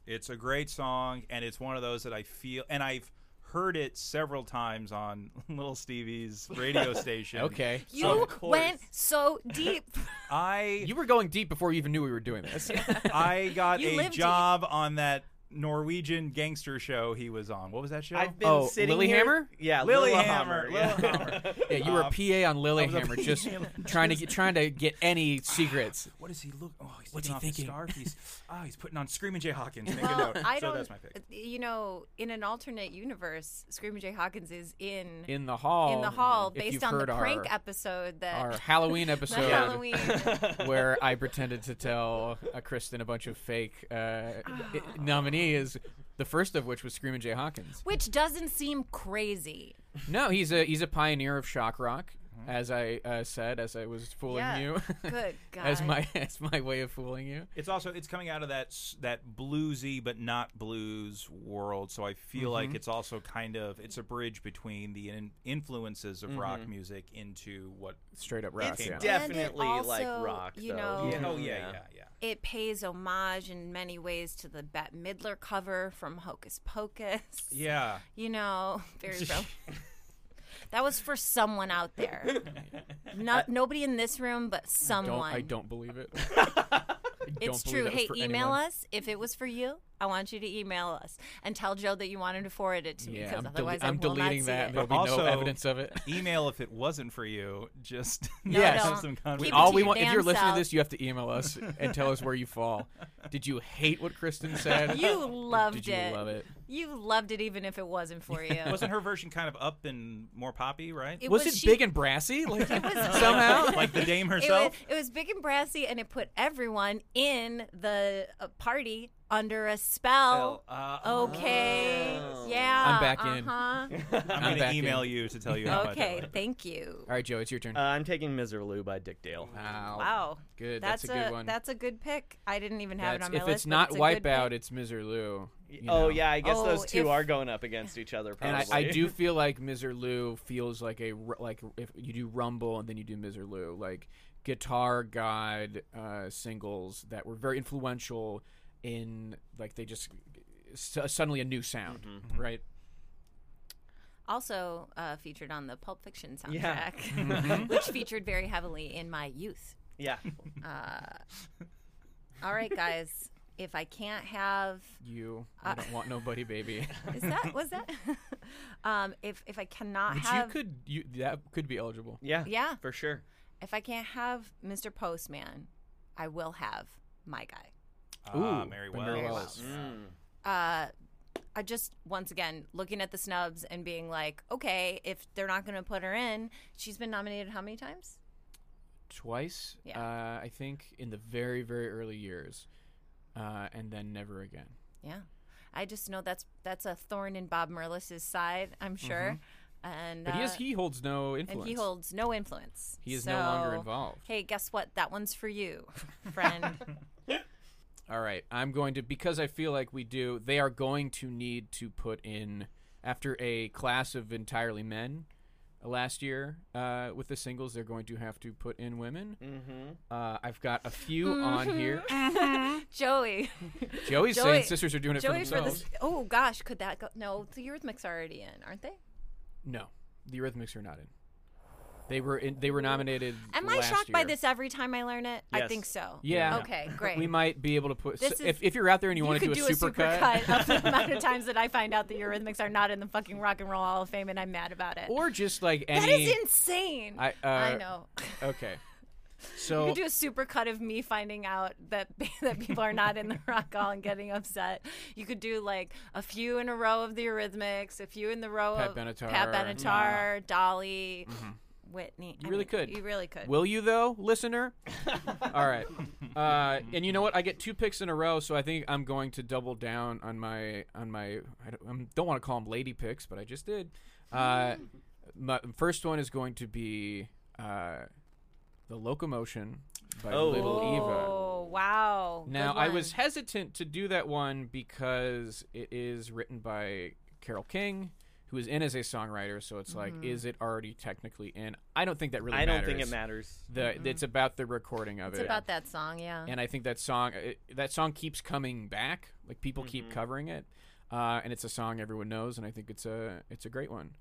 S3: It's a great song, and it's one of those that I feel, and I've heard it several times on Little Stevie's radio station.
S1: okay.
S2: You
S4: Of course.
S2: went so deep.
S3: I
S1: You were going deep before you even knew we were doing this.
S3: I got
S2: You
S3: a
S2: lived it.
S3: job on that Norwegian gangster show he was on. What was that show?
S4: I've been
S1: Oh,
S4: sitting here.
S1: Lilyhammer?
S4: Yeah,
S3: Lilyhammer.
S4: Lilyhammer,
S3: Lilyhammer.
S1: Yeah, you were a PA on
S3: was a
S1: Lilyhammer,
S3: PA
S1: just
S3: on-
S1: trying to get trying to get any secrets.
S3: What does he look? Oh, he's
S1: What's
S3: taking
S1: he
S3: off
S1: thinking?
S3: his scarf. He's oh, he's putting on Screaming Jay Hawkins. Make a
S2: Well,
S3: note.
S2: I
S3: so
S2: don't.
S3: that's my pick.
S2: You know, in an alternate universe, Screaming Jay Hawkins is in
S1: In the hall.
S2: in the hall
S1: if you've
S2: based on the
S1: heard our-
S2: prank episode that
S1: Our Halloween
S2: the
S1: episode
S2: Halloween.
S1: where I pretended to tell uh, Kristen a bunch of fake uh, i- nominees, the first of which was Screaming Jay Hawkins.
S2: Which doesn't seem crazy.
S1: No, he's a he's a pioneer of shock rock, as I uh, said, as I was fooling
S2: Yeah.
S1: you.
S2: Good God.
S1: as my as my way of fooling you.
S3: It's also it's coming out of that s- that bluesy but not blues world. So I feel like it's also kind of it's a bridge between the in, influences of rock music into what.
S1: Straight up rock.
S4: It's
S1: yeah.
S2: it
S4: definitely like
S2: also,
S4: rock,
S2: you know-
S4: though.
S3: Yeah, oh
S4: Mhm.
S3: yeah, yeah, yeah.
S2: it pays homage in many ways to the Bette Midler cover from Hocus Pocus.
S3: Yeah,
S2: You know, very real. that was for someone out there. Not nobody in this room, but
S1: Don't,
S2: someone.
S1: I don't believe it.
S2: It's true. Hey, email us if it was for you. I want you to email us and tell Joe that you want him to forward it to me
S1: Yeah,
S2: because
S1: I'm, dele-
S2: otherwise
S1: I'm
S2: I will
S1: deleting
S2: not
S1: that.
S2: see
S1: There'll
S2: it.
S1: be
S3: Also-
S1: no evidence of it.
S3: email if it wasn't for you. Just
S1: Yes.
S3: have some
S2: Keep it
S3: conversation.
S2: to
S1: All we
S2: your
S1: want, if
S2: damn
S1: you're listening
S2: self.
S1: to this, you have to email us and tell us where you fall. Did you hate what Kristen said?
S2: You loved
S1: Did you
S2: it.
S1: love it?
S2: You loved it even if it wasn't for you.
S3: Wasn't her version kind of up and more poppy, right?
S2: It
S1: Was, it
S2: she-
S1: big and brassy? Like somehow?
S3: like the dame
S2: It was,
S3: herself.
S2: it was big and brassy, and it put everyone in the uh, party Under a
S1: Oh,
S2: spell.
S3: Uh,
S2: Okay. Yeah.
S1: uh-huh. I'm back in. Oh,
S2: uh-huh.
S3: I'm,
S1: I'm
S3: going to
S1: back
S3: email
S1: in.
S3: you to tell you how much. I
S2: okay.
S3: like it.
S2: Thank you.
S1: All right, Joe, it's your turn.
S4: Uh, I'm taking Miserloo by Dick Dale.
S1: wow.
S2: Wow.
S1: Oh, Good. That's, a good one.
S2: That's a good pick. I didn't even have
S1: That's-
S2: it on my
S1: if
S2: list.
S1: it's
S2: but
S1: not
S2: a good
S1: Wipeout,
S2: pick.
S1: it's Miserloo. you
S4: oh
S1: know?
S4: yeah, I guess
S2: Oh,
S4: those two
S2: if-
S4: are going up against each other.
S1: And I,
S4: Probably.
S1: I do feel like Miserloo feels like a r- like if you do Rumble and then you do Miserloo, like guitar god uh, singles that were very influential in like they just su- suddenly a new sound, right?
S2: also uh, featured on the Pulp Fiction
S4: Yeah.
S2: soundtrack,
S1: Mm-hmm.
S2: which featured very heavily in my youth.
S4: yeah.
S2: All right, guys. If I can't have
S1: You
S2: Uh,
S1: I don't want nobody, baby.
S2: is that was that um, if if I cannot
S1: But you
S2: have
S1: could you that could be eligible.
S4: Yeah.
S2: Yeah.
S4: For sure.
S2: if I can't have Mr. Postman, I will have my guy.
S3: Ah,
S1: Ooh,
S3: Mary
S1: by
S3: Wells. Mm.
S1: Mary Wells.
S4: Mm.
S2: uh, I just once again looking at the snubs and being like, okay, if they're not going to put her in, she's been nominated how many times?
S1: Twice,
S2: Yeah.
S1: uh, I think, in the very very early years, uh, and then never again.
S2: Yeah, I just know that's that's a thorn in Bob Merlis's side, I'm sure, and
S1: Mm-hmm. But he is
S2: uh,
S1: he holds no influence.
S2: and he holds no influence.
S1: He is no longer
S2: So,
S1: involved.
S2: Hey, guess what? That one's for you, friend.
S1: All right, I'm going to because I feel like we do. They are going to need to put in after a class of entirely men uh, last year uh, with the singles. They're going to have to put in women. Mm-hmm. Uh, I've got a few
S2: Mm-hmm.
S1: on here.
S2: Joey,
S1: Joey's
S2: Joey-
S1: saying sisters are doing it for
S2: Joey for
S1: themselves.
S2: this. Oh gosh, could that go? No, the Eurythmics are already in, aren't they?
S1: No, the Eurythmics are not in. They were in, they were nominated.
S2: Am I
S1: last
S2: shocked by
S1: year.
S2: this every time I learn it? I
S4: Yes.
S2: think so.
S1: Yeah.
S2: Okay, great.
S1: We might be able to put.
S2: This
S1: so if,
S2: is-
S1: if you're out there and you, want to
S2: could
S1: do a supercut,
S2: of the amount of times that I find out the Eurythmics are not in the fucking Rock and Roll Hall of Fame, and I'm mad about it.
S1: or just like any.
S2: that is insane.
S1: I, uh,
S2: I know.
S1: Okay.
S2: You
S1: So
S2: could do a supercut of me finding out that that people are not in the rock hall and getting upset. You could do like a few in a row of the Eurythmics, a few in the row
S1: Pat
S2: of
S1: Benatar. Mm-hmm.
S2: Pat Benatar, Dolly, Whitney.
S1: You really could.
S2: You really could.
S1: Will you though, listener? All right. Uh, and you know what? I get two picks in a row, so I think I'm going to double down on my on my. I don't, I'm- don't want to call them lady picks, but I just did. Uh, my first one is going to be uh, the locomotion by
S4: Oh.
S1: Little Eva.
S2: oh wow! Good
S1: Now I was
S2: one.
S1: hesitant to do that one because it is written by Carol King. Who is in as a songwriter? So it's like, is it already technically in? I don't think that really.
S4: I don't think it
S1: matters
S4: matters.
S1: the it's about the recording of
S2: It's
S1: it
S2: about that song, yeah.
S1: and i think that song it, that song keeps coming back like people keep covering it uh, and it's a song everyone knows and i think it's a it's a great one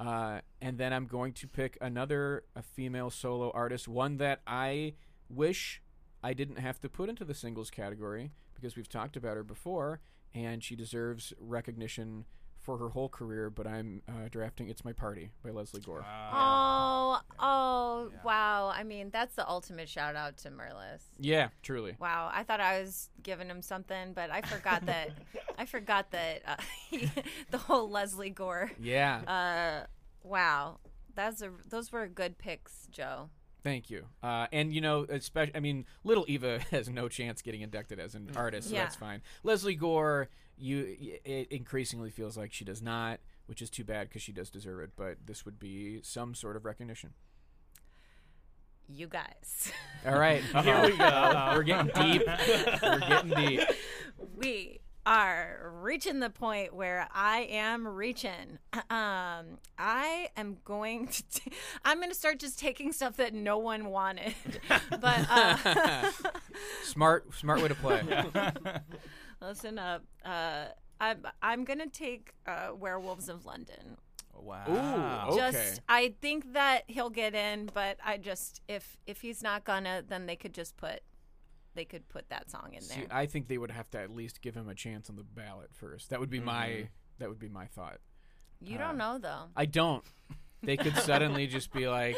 S1: uh, and then i'm going to pick another a female solo artist one that i wish i didn't have to put into the singles category because we've talked about her before and she deserves recognition for her whole career but i'm uh, drafting it's my party by leslie
S3: Uh,
S1: gore
S2: Oh, oh, wow. I mean, that's the ultimate shout out to Merlis.
S1: yeah truly
S2: Wow, I thought I was giving him something, but I forgot that I forgot that uh, the whole Leslie Gore.
S1: yeah
S2: Uh, wow. That's a, those were good picks, Joe.
S1: Thank you. Uh, and you know, especially, I mean, Little Eva has no chance getting inducted as an artist, so
S2: Mm. Yeah.
S1: that's fine. Leslie Gore, you y- it increasingly feels like she does not, which is too bad because she does deserve it. But this would be some sort of recognition.
S2: You guys.
S1: All right, here we go. We're getting deep. We're getting deep.
S2: we are reaching the point where I am reaching. Um, I am going to. T- I'm going to start just taking stuff that no one wanted, but uh,
S1: Smart, smart way to play.
S2: listen up. Uh, I'm I'm going to take uh, Werewolves of London.
S3: Wow.
S1: Ooh, okay.
S2: Just I think that he'll get in, but I just if if he's not gonna, then they could just put they could put that song in there.
S1: See, I think they would have to at least give him a chance on the ballot first. That would be my
S2: Mm-hmm.
S1: that would be my thought. Uh,
S2: you don't know though.
S1: I don't. They could suddenly just be like,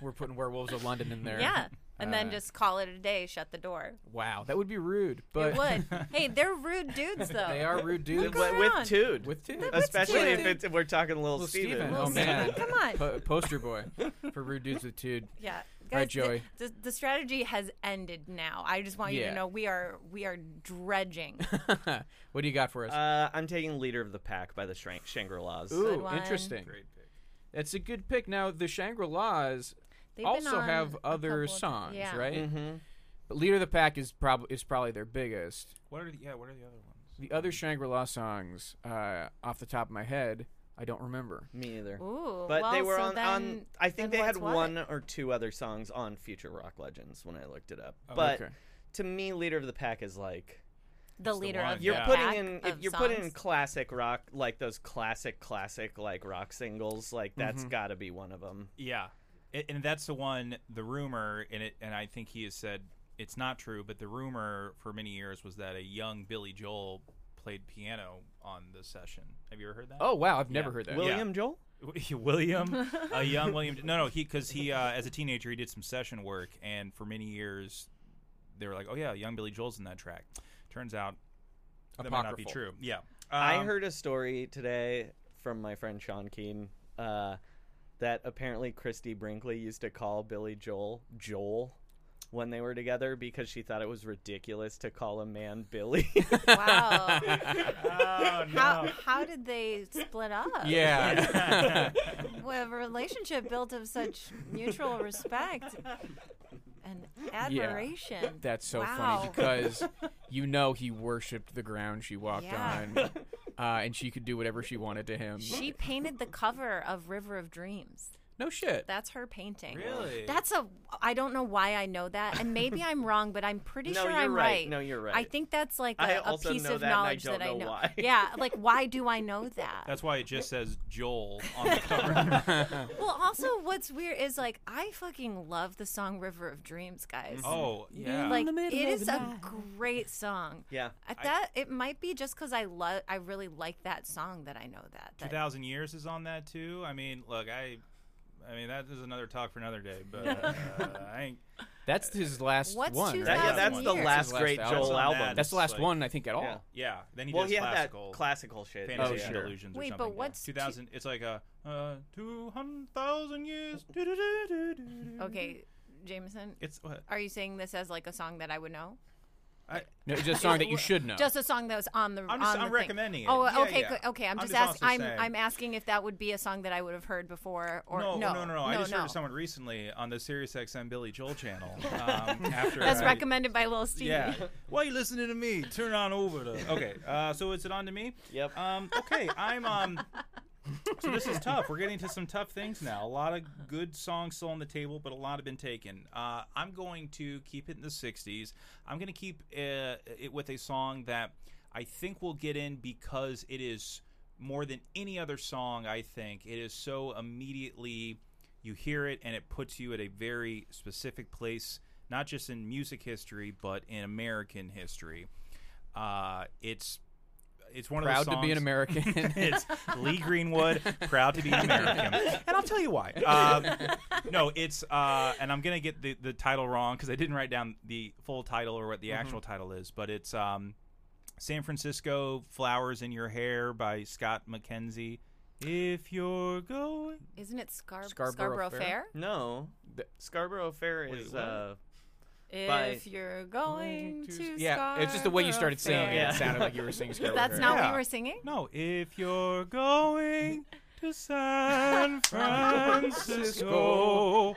S1: "We're putting Werewolves of London in there."
S2: Yeah. And then
S1: Uh,
S2: just call it a day, shut the door.
S1: Wow, that would be rude. But
S2: it would. hey, they're rude dudes, though.
S1: they are rude dudes.
S2: Look
S4: But with
S2: around.
S4: Tude.
S1: With two,
S4: Especially if
S2: Tude.
S4: it's if we're talking little,
S1: Little
S4: Steven.
S1: Steven.
S2: Little
S1: Oh man,
S2: Steven, come on.
S1: Po- poster boy for rude dudes with two.
S2: Yeah,
S1: right,
S2: the-
S1: Joey.
S2: The, the, strategy has ended now. I just want you
S1: Yeah.
S2: to know we are we are dredging.
S1: what do you got for us?
S4: Uh, I'm taking Leader of the Pack by the Shang- Shangri La's.
S2: good
S1: Ooh,
S2: one.
S1: interesting. Great pick. That's a good pick. Now the Shangri Las
S2: They've been
S1: also
S2: on
S1: have
S2: a couple
S1: other
S2: of ti-
S1: songs,
S2: yeah.
S1: right?
S4: Mm-hmm.
S1: But Leader of the Pack is probably is probably their biggest.
S3: What are the, yeah? What are the other ones?
S1: The other Shangri La songs, uh, off the top of my head, I don't remember.
S4: Me either.
S2: Ooh,
S4: But
S2: well,
S4: they were
S2: so
S4: on,
S2: then,
S4: on. I
S2: then
S4: think they had
S2: what's what?
S4: one or two other songs on Future Rock Legends when I looked it up. but
S1: Oh, okay.
S4: to me, Leader of the Pack is like
S2: the
S3: the
S2: leader
S3: one,
S2: of
S4: you're
S3: Yeah.
S2: the
S4: putting
S2: pack
S4: in if
S2: of
S4: you're putting in
S2: songs.
S4: classic rock like those classic classic like rock singles like that's got to be one of them.
S3: Yeah, A- and that's the one. The rumor, and it, and I think he has said it's not true, but the rumor for many years was that a young Billy Joel played piano on the session. Have you ever heard that?
S1: Oh wow, I've never
S3: Yeah.
S1: heard that.
S4: William Joel.
S3: William, a young William. No, no, he because he uh, as a teenager he did some session work, and for many years they were like, oh yeah, young Billy Joel's in that track. Turns out that might not be
S1: Apocryphal.
S3: true. Yeah,
S4: I
S3: Um,
S4: heard a story today from my friend Sean Keen uh, that apparently Christy Brinkley used to call Billy Joel Joel when they were together because she thought it was ridiculous to call a man Billy.
S2: wow.
S3: Oh,
S2: How, how did they split up?
S1: Yeah.
S2: Well, a relationship built of such mutual respect and admiration.
S1: That's so funny
S2: Wow.
S1: because you know he worshipped the ground she walked
S2: Yeah.
S1: on, uh, and she could do whatever she wanted to him.
S2: she painted the cover of River of Dreams.
S1: no shit.
S2: That's her painting.
S3: Really?
S2: That's a. I don't know why I know that, and maybe I'm wrong, but I'm pretty
S4: No,
S2: sure
S4: you're
S2: I'm
S4: right.
S2: right.
S4: No, you're
S2: I
S4: right.
S2: think that's like a
S4: I
S2: a
S4: also
S2: piece
S4: know
S2: of
S4: that and I
S2: knowledge
S4: don't
S2: that I
S4: know
S2: know.
S4: why.
S2: Yeah, like why do I know that?
S3: That's why it just says Joel on the cover.
S2: well, also what's weird is like I fucking love the song River of Dreams, guys.
S3: oh yeah,
S2: Like it is a great song.
S4: yeah.
S2: At that, it might be just because I love, I really like that song that I know that.
S3: Two
S2: that-
S3: thousand years is on that too. I mean, look, I, I mean that is another talk for another day. But uh, I ain't.
S1: That's his last
S2: What's
S1: one.
S2: 2000
S4: That, yeah,
S3: Thousand
S4: that's the
S2: years.
S4: last
S1: His last
S4: great
S1: album.
S4: Joel
S3: That's on
S4: album.
S3: that.
S1: That's the last
S3: Like-
S1: one I think at all.
S4: Yeah.
S3: Yeah. Then he
S4: well,
S3: does
S4: he had that
S3: classical,
S4: classical shit.
S3: fantasy
S1: Oh,
S3: and
S1: sure.
S3: illusions.
S2: Wait,
S3: or
S2: but
S3: something. yeah.
S2: what's
S3: two thousand? It's like a uh, two hundred thousand years. Do-do-do-do-do-do.
S2: Okay, Jameson,
S3: Mm-hmm. It's what
S2: are you saying this as like a song that I would know?
S3: I.
S1: No, it's a song that you should know.
S2: Just a song that was on the. on
S3: I'm just-
S2: the
S3: I'm
S2: thing.
S3: recommending it.
S2: Oh,
S3: Yeah,
S2: okay,
S3: yeah.
S2: good. okay. I'm
S3: I'm
S2: just
S3: just
S2: asking.
S3: also
S2: I'm
S3: saying-
S2: I'm asking if that would be a song that I would have heard before or
S3: No, no, no, no, I just
S2: no.
S3: heard someone recently on the Sirius XM Billy Joel channel. Um, after
S2: That's
S3: I-
S2: recommended by Lil Stevie.
S3: Yeah. Why you listening to me? Turn on over to. Okay. Uh, so is it on to me?
S4: Yep.
S3: Um, okay. I'm. Um, so this is tough. We're getting to some tough things now. A lot of good songs still on the table, but a lot have been taken. Uh, I'm going to keep it in the 60s. I'm going to keep uh, it with a song that I think will get in because it is more than any other song. I think it is so immediately you hear it and it puts you at a very specific place, not just in music history but in American history. Uh, it's it's one
S1: Proud
S3: of the
S1: to be an
S3: songs-
S1: American.
S3: it's Lee Greenwood, proud to be an American, and I'll tell you why. Um, no, it's uh, and I'm gonna get the, the title wrong because I didn't write down the full title or what the
S1: Mm-hmm.
S3: actual title is, but it's um, San Francisco Flowers in Your Hair by Scott McKenzie. If you're going,
S2: Isn't it Scar-
S1: Scarborough
S2: Scarborough,
S1: Fair?
S2: Fair?
S4: No,
S1: The-
S4: Scarborough Fair is.
S3: what?
S4: uh, By-
S2: If you're going to Scarborough
S1: yeah, it's just the way you started singing it.
S4: Yeah.
S1: It sounded like you were singing Scarlet
S2: That's
S1: Girl.
S2: not what
S3: Yeah.
S2: we were singing.
S3: no, if you're going to San Francisco.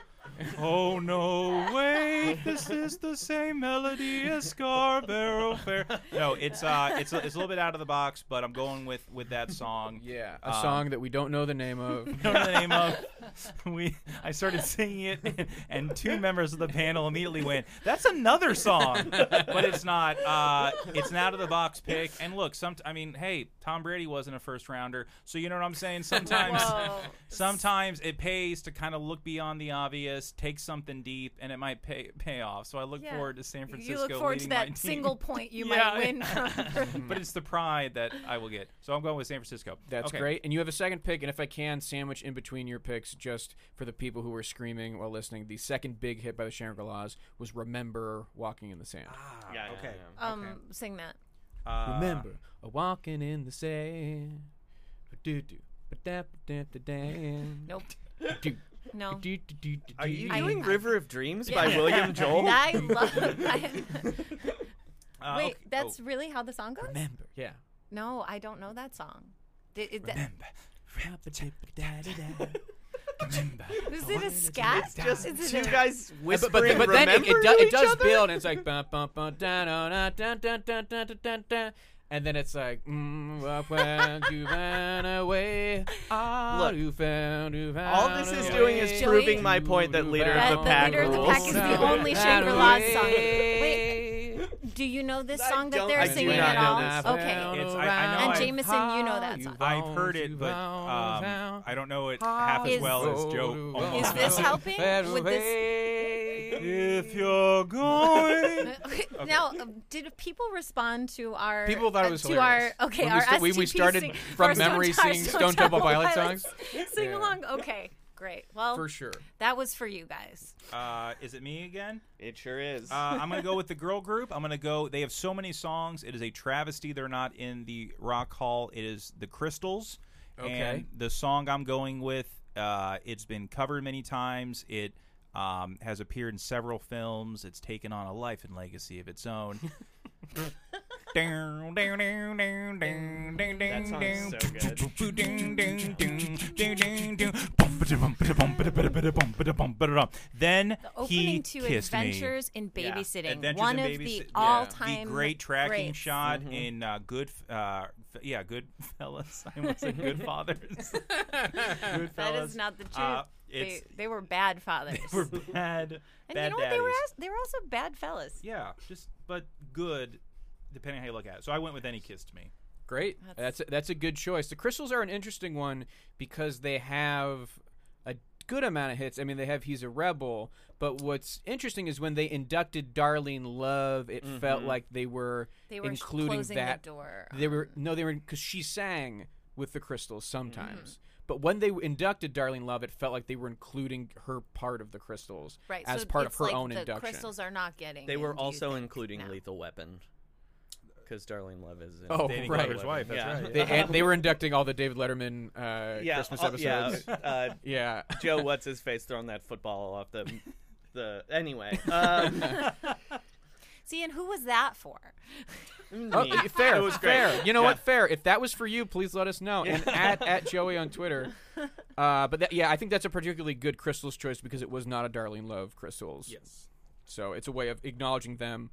S3: Oh no! Wait, this is the same melody as Scarborough Fair. No, it's uh, it's a, it's a little bit out of the box, but I'm going with with that song.
S1: Yeah, a
S3: Um,
S1: song that we don't know the name of.
S3: I don't know the name of. We I started singing it, and, two members of the panel immediately went, "That's another song," but it's not. Uh, it's an out of the box pick. And look, some I mean, hey, Tom Brady wasn't a first rounder, so you know what I'm saying. Sometimes
S2: Whoa.
S3: sometimes it pays to kind of look beyond the obvious, take something deep, and it might pay pay off. So I look
S2: Yeah.
S3: forward to San Francisco.
S2: You look forward to
S3: leading my team.
S2: that single point you
S3: Yeah.
S2: might win. from.
S3: but it's the pride that I will get. So I'm going with San Francisco.
S1: That's
S3: Okay.
S1: great. And you have a second pick, and if I can, sandwich in between your picks, just for the people who were screaming while listening, the second big hit by the Shangri La's was Remember Walking in the Sand.
S4: yeah, yeah,
S3: okay.
S4: yeah.
S2: um, sing that.
S3: Uh,
S1: Remember a walking in the sand. Ba-do-do, ba-da-ba-da-da-da.
S2: Nope.
S1: Do,
S2: No.
S1: Do, do, do, do,
S4: Are you
S1: do.
S2: I-
S4: doing
S2: I-
S4: River of Dreams by
S2: Yeah.
S4: William
S3: Oh.
S4: Joel?
S2: I love. I,
S3: Uh,
S2: wait,
S3: okay- oh,
S2: that's really how the song goes?
S1: remember? Yeah.
S2: No, I don't know that song. Did, it, that,
S3: remember, remember.
S2: is it a scat?
S4: Just
S2: Is it
S4: two
S2: a-
S4: guys
S1: But, but,
S4: whispering
S1: but, but then it,
S4: remember
S1: it, do, it
S4: each
S1: does
S4: other?
S1: build, and it's like bum, bum, bum, da, da, da, da, da, da, da, da, da, da. and then it's like mm, what when you ran away, all Ah,
S4: Look,
S1: you found, you
S4: all
S1: found
S4: this is
S1: away.
S4: doing is
S2: Joey?
S4: proving my point that leader
S2: That
S4: of the
S2: the
S4: pack
S2: Leader of the
S4: rules.
S2: Pack is the only Shangri-La song. Wait, Do you know this
S4: I
S2: song that
S4: don't-
S2: they're
S4: I do
S2: singing
S4: not
S2: at all?
S4: know this
S1: song.
S2: Okay.
S3: It's- I- I know
S2: And
S3: I-
S2: Jameson, you know that song.
S3: I've heard it, but um, I don't know it half as
S2: Is-
S3: well as Joe. almost
S2: Is this
S3: does.
S2: helping? Would
S3: If you're going,
S2: Now, um, did people respond to our
S1: People thought
S2: uh,
S1: it was
S2: to
S1: hilarious.
S2: our okay
S1: When we
S2: our
S1: sta- we- we
S2: STP
S1: started
S2: sing-
S1: from
S2: our
S1: memory
S2: Stone
S1: singing
S2: Sour-
S1: Stone Temple Pilots
S2: sing along. Okay, great. Well,
S1: for sure.
S2: that was for you guys.
S3: uh, is it me again?
S4: It sure is.
S1: Um,
S3: Uh, I'm gonna go with the girl group. I'm gonna go. They have so many songs. It is a travesty they're not in the Rock Hall. It is the Crystals.
S1: Okay.
S3: And the song I'm going with, uh, it's been covered many times. It um, has appeared in several films. It's taken on a life and legacy of its own. Down, down, down, down, down, down,
S4: That song is
S3: down.
S4: so good.
S3: Then he
S2: Opening to
S3: kissed me.
S2: Adventures in
S4: Yeah.
S2: Babysitting,
S3: Adventures
S2: one
S3: in
S2: of
S3: Babysit-
S2: the
S3: yeah.
S2: all-time
S3: the great tracking
S2: greats.
S3: shot
S4: Mm-hmm.
S3: in uh, Good, uh, f- yeah, Good Fellas. I almost said Good Fathers.
S2: That is not the truth.
S3: Uh,
S2: they,
S3: it's-
S2: they were bad fathers.
S3: We're bad,
S2: and
S3: bad
S2: you know what? They were
S3: daddies.
S2: als- they were also bad fellas.
S3: Yeah, just but good, depending on how you look at it. So I went with any kissed me.
S1: Great. That's that's a, that's a good choice. The crystals are an interesting one because they have a good amount of hits. I mean, they have "He's a Rebel," but what's interesting is when they inducted Darlene Love, it felt like they were
S2: They were sh-
S1: including
S2: closing the
S1: that
S2: door
S1: They were no, they were because she sang with the crystals sometimes.
S2: Mm-hmm.
S1: But when they inducted Darlene Love, it felt like they were including her part of the crystals
S2: Right,
S1: as
S2: so
S1: part
S2: it's
S1: of her
S2: like
S1: own
S2: the
S1: induction.
S2: crystals are not getting.
S4: they
S2: in,
S4: were
S2: do you
S4: also
S2: think,
S4: including
S2: now?
S4: Lethal Weapon because Darlene Love is in
S1: Oh,
S3: Danny
S1: right.
S3: Glover's wife. That's
S4: Yeah.
S3: right.
S1: They, and they were inducting all the David Letterman uh,
S4: yeah,
S1: Christmas
S4: uh,
S1: episodes.
S4: Yeah, uh,
S1: Yeah.
S4: Joe, what's his face throwing that football off the the anyway. Um,
S2: See, and who was that for?
S1: Oh,
S4: me.
S1: fair.
S4: It was great.
S1: fair. You know
S4: Yeah.
S1: what? Fair. If that was for you, please let us know. And at, at Joey on Twitter. Uh, but that, yeah, I think that's a particularly good crystals choice because it was not a Darling Love crystals. Yes. So it's a way of acknowledging them,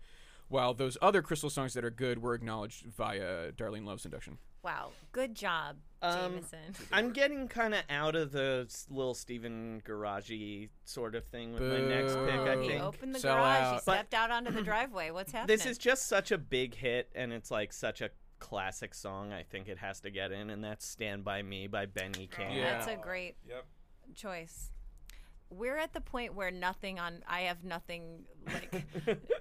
S1: while those other crystal songs that are good were acknowledged via Darling Love's induction.
S2: Wow, good job,
S4: Um,
S2: Jameson.
S4: I'm getting kind of out of the s- little Stephen Garagey sort of thing with my next
S1: Boo.
S4: pick. I
S1: Oh,
S2: he
S4: think
S2: opened the
S1: Sell
S2: garage. He
S1: out.
S4: But-
S2: stepped out onto the driveway. What's happening?
S4: this is just such a big hit, and it's like such a classic song. I think it has to get in, and that's "Stand by Me" by E Benny King.
S1: Yeah.
S2: That's a great
S3: Yep.
S2: choice. We're at the point where nothing on. I have nothing. Like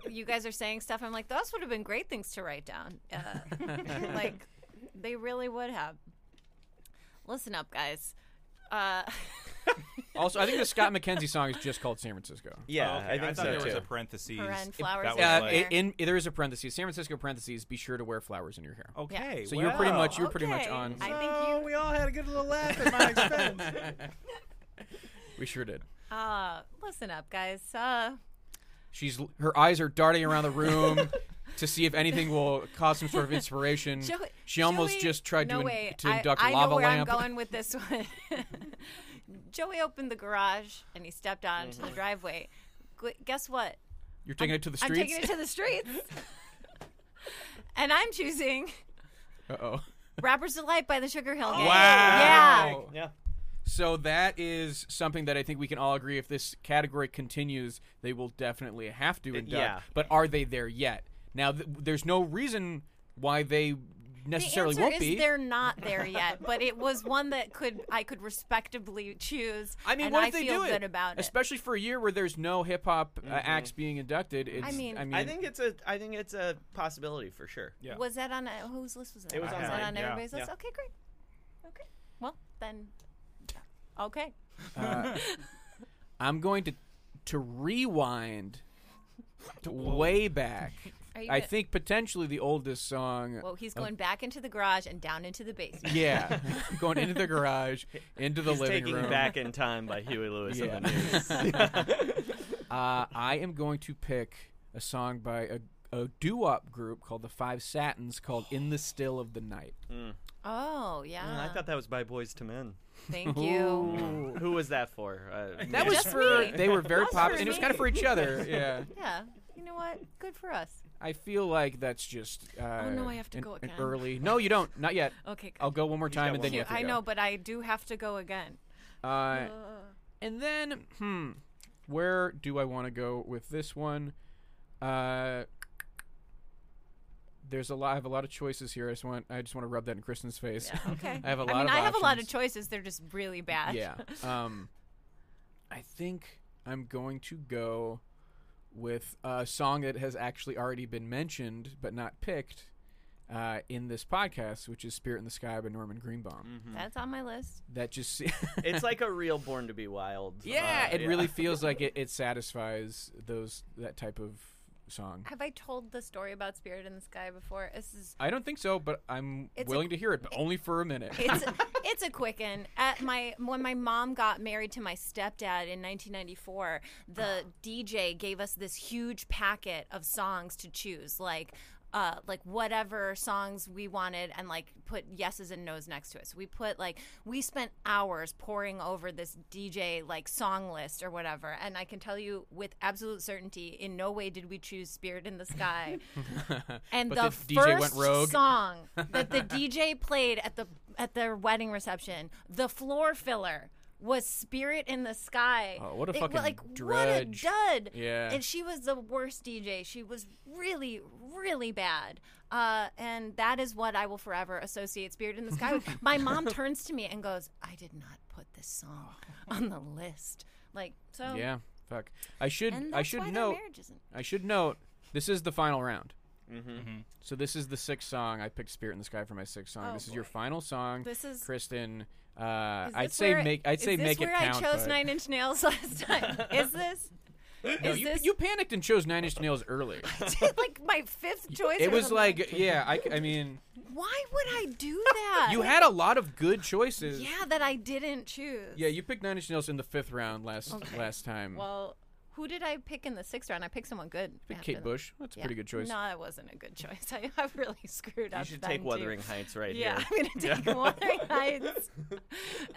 S2: you guys are saying stuff. I'm like, those would have been great things to write down. Uh, like they really would have. Listen up, guys. Uh,
S1: Also, I think the Scott McKenzie song is just called San Francisco.
S4: Yeah,
S3: Oh, okay.
S4: I
S3: thought
S4: think so
S3: there
S4: too.
S3: was a parentheses.
S2: Paren
S3: If
S2: flowers
S3: that was
S1: Uh,
S3: like-
S2: Fair.
S1: in, in- there is a parentheses. San Francisco parentheses. Be sure to wear flowers in your hair.
S3: okay.
S1: So you were pretty
S3: well.
S1: much you were pretty much
S2: okay.
S1: on.
S2: I
S4: Oh,
S2: think you.
S3: we all had a good little laugh at my expense.
S1: we sure did.
S2: Uh, listen up, guys. Uh,
S1: She's her eyes are darting around the room to see if anything will cause some sort of inspiration.
S2: Joey-
S1: she almost
S2: Joey-
S1: just tried
S2: no
S1: to, in-
S2: way.
S1: to induct
S2: I, I
S1: lava
S2: know where
S1: lamp.
S2: I'm going with this one. Joey opened the garage and he stepped onto
S3: Mm-hmm.
S2: the driveway. Gu- Guess what?
S1: You're taking it to the
S2: I'm
S1: streets.
S2: taking it to the streets, and I'm choosing
S1: Uh oh.
S2: "Rapper's Delight" by the Sugar Hill Gang. Yeah.
S1: Wow.
S4: yeah.
S1: So that is something that I think we can all agree. If this category continues, they will definitely have to induct.
S4: yeah.
S1: But are they there yet? Now, th- there's no reason why they
S2: The
S1: necessarily
S2: answer
S1: won't
S2: is
S1: be.
S2: they're not there yet, but it was one that could I could respectably choose.
S1: I mean,
S2: and
S1: what
S2: I
S1: if they
S2: feel
S1: do
S2: good
S1: it?
S2: about it.
S1: Especially for a year where there's no hip hop uh, acts being inducted. It's,
S2: mean- I
S4: Mm-hmm. I think it's a. I think it's a possibility for sure.
S3: Yeah.
S2: Was that on a, whose list was that?
S4: It was on
S2: that
S4: mine,
S2: on
S3: yeah.
S2: everybody's list?
S4: Yeah.
S2: Okay, great. Okay. Well, then. Okay.
S1: I'm going to to rewind way back.
S2: Are you
S1: I
S2: gonna-
S1: think potentially the oldest song.
S2: Well,
S4: Oh.
S2: he's going back into the garage and down into the basement.
S1: Yeah, going into the garage, into the
S4: He's
S1: living
S4: taking
S1: room.
S4: Back in Time by Huey Lewis and the News.
S1: Uh, I am going to pick a song by a, a doo-wop group called the Five Satins called "In the Still of the Night."
S2: Oh, yeah.
S4: Mm, I thought that was by Boys to Men.
S2: Thank you.
S4: Who was that for? Uh,
S1: That was
S2: Just
S1: for
S2: me.
S1: they were very
S2: Just
S1: popular,
S2: for
S1: and it was
S2: me.
S1: kind of for each other. Yeah,
S2: yeah. You know what? Good for us.
S1: I feel like that's just. Uh,
S2: Oh, no, I have to
S1: an-
S2: go
S1: an
S2: again. Oh,
S1: Early, no, you don't. Not yet.
S2: Okay, good.
S1: I'll go one more time, and then you
S2: Cute.
S1: have to
S2: I
S1: go.
S2: know, but I do have to go again.
S1: Uh, and then, hmm, where do I want to go with this one? Uh, there's a lot. I have a lot of choices here. I just want. I just want to rub that in Kristen's face.
S2: Okay.
S1: I have a lot
S2: I mean,
S1: of
S2: I have a lot of
S1: options.
S2: choices. They're just really bad.
S1: yeah. Um, I think I'm going to go with a song that has actually already been mentioned but not picked uh, in this podcast, which is "Spirit in the Sky" by Norman Greenbaum.
S2: That's on my list.
S1: That just
S4: it's like a real Born to Be Wild.
S1: Yeah,
S4: uh,
S1: it really feels like it, it satisfies those that type of song.
S2: Have I told the story about Spirit in the Sky before? This is
S1: I don't think so, but I'm
S2: It's a-
S1: willing to hear it, but only for a minute.
S2: it's it's a quicken. At my when my mom got married to my stepdad in 1994, the DJ gave us this huge packet of songs to choose, like. Uh, like whatever songs we wanted and like put yeses and nos next to it. So we put like we spent hours pouring over this DJ like song list or whatever. And I can tell you with absolute certainty, in no way did we choose Spirit in the Sky. And
S1: But
S2: the,
S1: the DJ went
S2: first
S1: rogue.
S2: song that the DJ played at the at their wedding reception, the floor filler was "Spirit in the Sky."
S1: Oh, what a
S2: It-
S1: fucking
S2: like what a
S1: drudge.
S2: dud!
S1: Yeah.
S2: and she was the worst DJ. She was really, really bad. Uh, and that is what I will forever associate "Spirit in the Sky" with. My mom turns to me and goes, "I did not put this song on the list." Like so,
S1: yeah, fuck. I should
S2: And
S1: I
S2: that's
S1: should
S2: why
S1: note
S2: their marriage isn't.
S1: I should note this is the final round. So this is the sixth song. I picked "Spirit in the Sky" for my sixth song.
S2: Oh,
S1: this is your
S2: boy.
S1: final song.
S2: This is-
S1: Kristen. Uh,
S2: Is
S1: I'd
S2: this
S1: say
S2: where-
S1: make. I'd say
S2: is this
S1: make
S2: where
S1: it count.
S2: I chose
S1: but-
S2: Nine Inch Nails last time. Is this?
S1: No,
S2: is
S1: you,
S2: this
S1: you panicked and chose Nine Inch Nails early.
S2: like my fifth choice?
S1: it
S2: or
S1: was
S2: something?
S1: like, yeah. I, c- I mean,
S2: why would I do that?
S1: you had a lot of good choices.
S2: yeah that I didn't choose.
S1: Yeah, you picked Nine Inch Nails in the fifth round last last time.
S2: Well, who did I pick in the sixth round? I picked someone good.
S1: Pick
S2: after
S1: Kate
S2: that.
S1: Bush. That's a
S2: Yeah.
S1: pretty good choice.
S2: No, that wasn't a good choice. I, I really screwed up.
S4: You should
S2: then,
S4: take
S2: too.
S4: Wuthering Heights right
S2: Yeah,
S4: here.
S2: I'm gonna take Wuthering Heights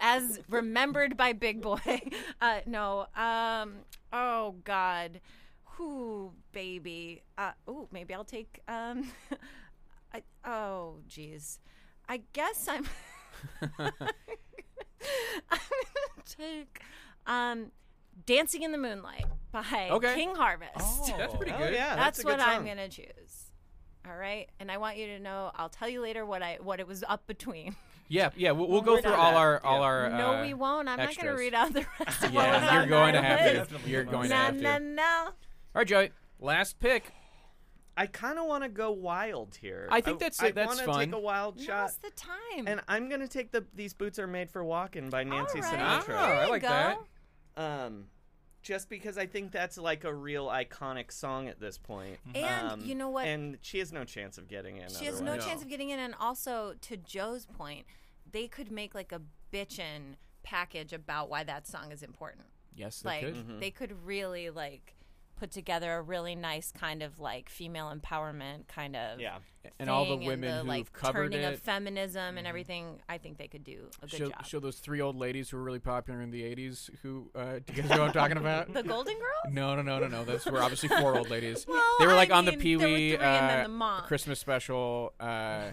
S2: as remembered by Big Boy. Uh, no, um, oh God, who baby? Uh, oh, maybe I'll take. Um, I, oh, jeez, I guess I'm. I'm gonna take um, "Dancing in the Moonlight" by
S1: Okay.
S2: King Harvest.
S1: That's pretty
S4: Oh,
S1: good.
S4: yeah,
S2: That's,
S4: that's, a
S2: what
S4: good
S2: I'm
S4: song.
S2: gonna choose. All right, and I want you to know. I'll tell you later what I what it was up between.
S1: Yeah, yeah. We'll, we'll go
S4: we're
S1: through
S4: done.
S1: all our all
S4: Yeah.
S1: our.
S2: no,
S1: uh,
S2: we won't. I'm not
S1: extras.
S2: gonna read out the rest of what was
S1: Yeah,
S2: on
S1: you're going
S2: my
S1: to have
S2: list.
S1: to. You're going to
S2: No,
S1: have
S2: no,
S1: to. All
S2: no.
S1: right, Joey. Last pick.
S4: I kind of want to go wild here.
S1: I think that's
S4: I,
S1: it. That's
S4: I
S1: fun.
S4: want to take a wild shot.
S2: Now's the time.
S4: and I'm gonna take the "These Boots Are Made for Walking" by Nancy
S2: right.
S1: Oh,
S4: Sinatra.
S2: There
S1: I
S2: you
S1: like that.
S2: go.
S1: Ah.
S4: Um, just because I think that's like a real iconic song at this point.
S2: And
S4: Um,
S2: you know what?
S4: And she has no chance of getting in.
S2: She has no
S4: otherwise.
S2: chance of getting in. And also, to Joe's point, they could make like a bitchin' package about why that song is important.
S1: Yes, they
S2: like
S1: could.
S4: Mm-hmm.
S2: they could really like put together a really nice kind of like female empowerment kind of
S4: Yeah.
S1: And all the
S2: thing
S1: women
S2: and the,
S1: who've
S2: like,
S1: covered
S2: turning
S1: it. Mm-hmm.
S2: of feminism and everything. I think they could do a good
S1: Show,
S2: job.
S1: show those three old ladies who were really popular in the '80s. Who uh, do you guys know what I'm talking about?
S2: the Golden Girls.
S1: No, no, no, no, no. Those were obviously four old ladies.
S2: Well,
S1: they were
S2: I
S1: like on the
S2: mean,
S1: Pee
S2: there were
S1: Wee
S2: three and then
S1: uh,
S2: the mom.
S1: Christmas special. Uh,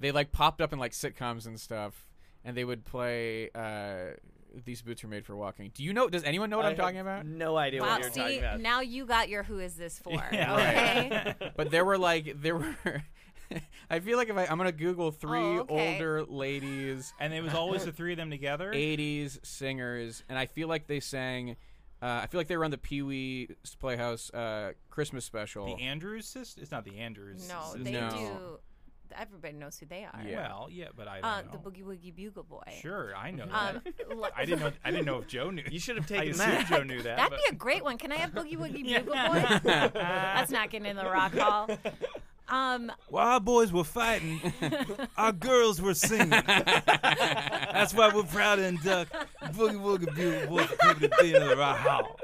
S1: they like popped up in like sitcoms and stuff, and they would play. Uh, These boots are made for walking. Do you know? Does anyone know what I am
S4: have
S1: talking about?
S4: No idea
S2: Wow,
S4: what you're
S2: see,
S4: talking about.
S2: now you got your who is this for?
S3: Yeah,
S2: okay,
S1: But there were like there were. I feel like if I I'm gonna Google three
S2: Oh, okay.
S1: older ladies,
S3: And it was always the three of them together.
S1: '80s singers, and I feel like they sang. Uh, I feel like they were on the Pee Wee Playhouse uh, Christmas special.
S3: The Andrews sister? It's not the Andrews.
S2: no,
S3: sister.
S2: they
S1: No.
S2: do. everybody knows who they are.
S1: Yeah.
S3: Well, yeah, but I don't
S2: Uh,
S3: know.
S2: the Boogie Woogie Bugle Boy.
S3: Sure, I know.
S2: Um,
S3: that.
S2: lo-
S3: I didn't know. I didn't know if Joe knew.
S4: You should have
S3: I
S4: taken
S3: assumed
S4: that.
S3: Joe knew that.
S2: That'd
S3: but
S2: be a great one. Can I have Boogie Woogie Bugle Boy? That's not getting in the rock hall. Um,
S3: While our boys were fighting, our girls were singing. That's why we're proud to induct Boogie Woogie Bugle Boy to be in the Rock Hall.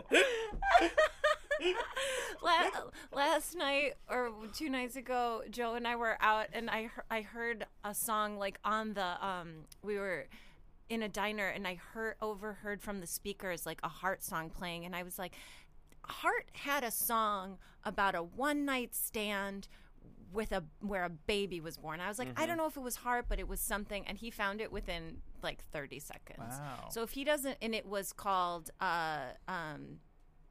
S2: la- last night or two nights ago, Joe and I were out, and I hear- I heard a song like on the um we were in a diner, and I heard overheard from the speakers like a heart song playing, and I was like, Heart had a song about a one night stand with a where a baby was born. I was like, I don't know if it was Heart, but it was something, and he found it within like 30 seconds.
S3: Wow.
S2: So if he doesn't, and it was called. Uh, um,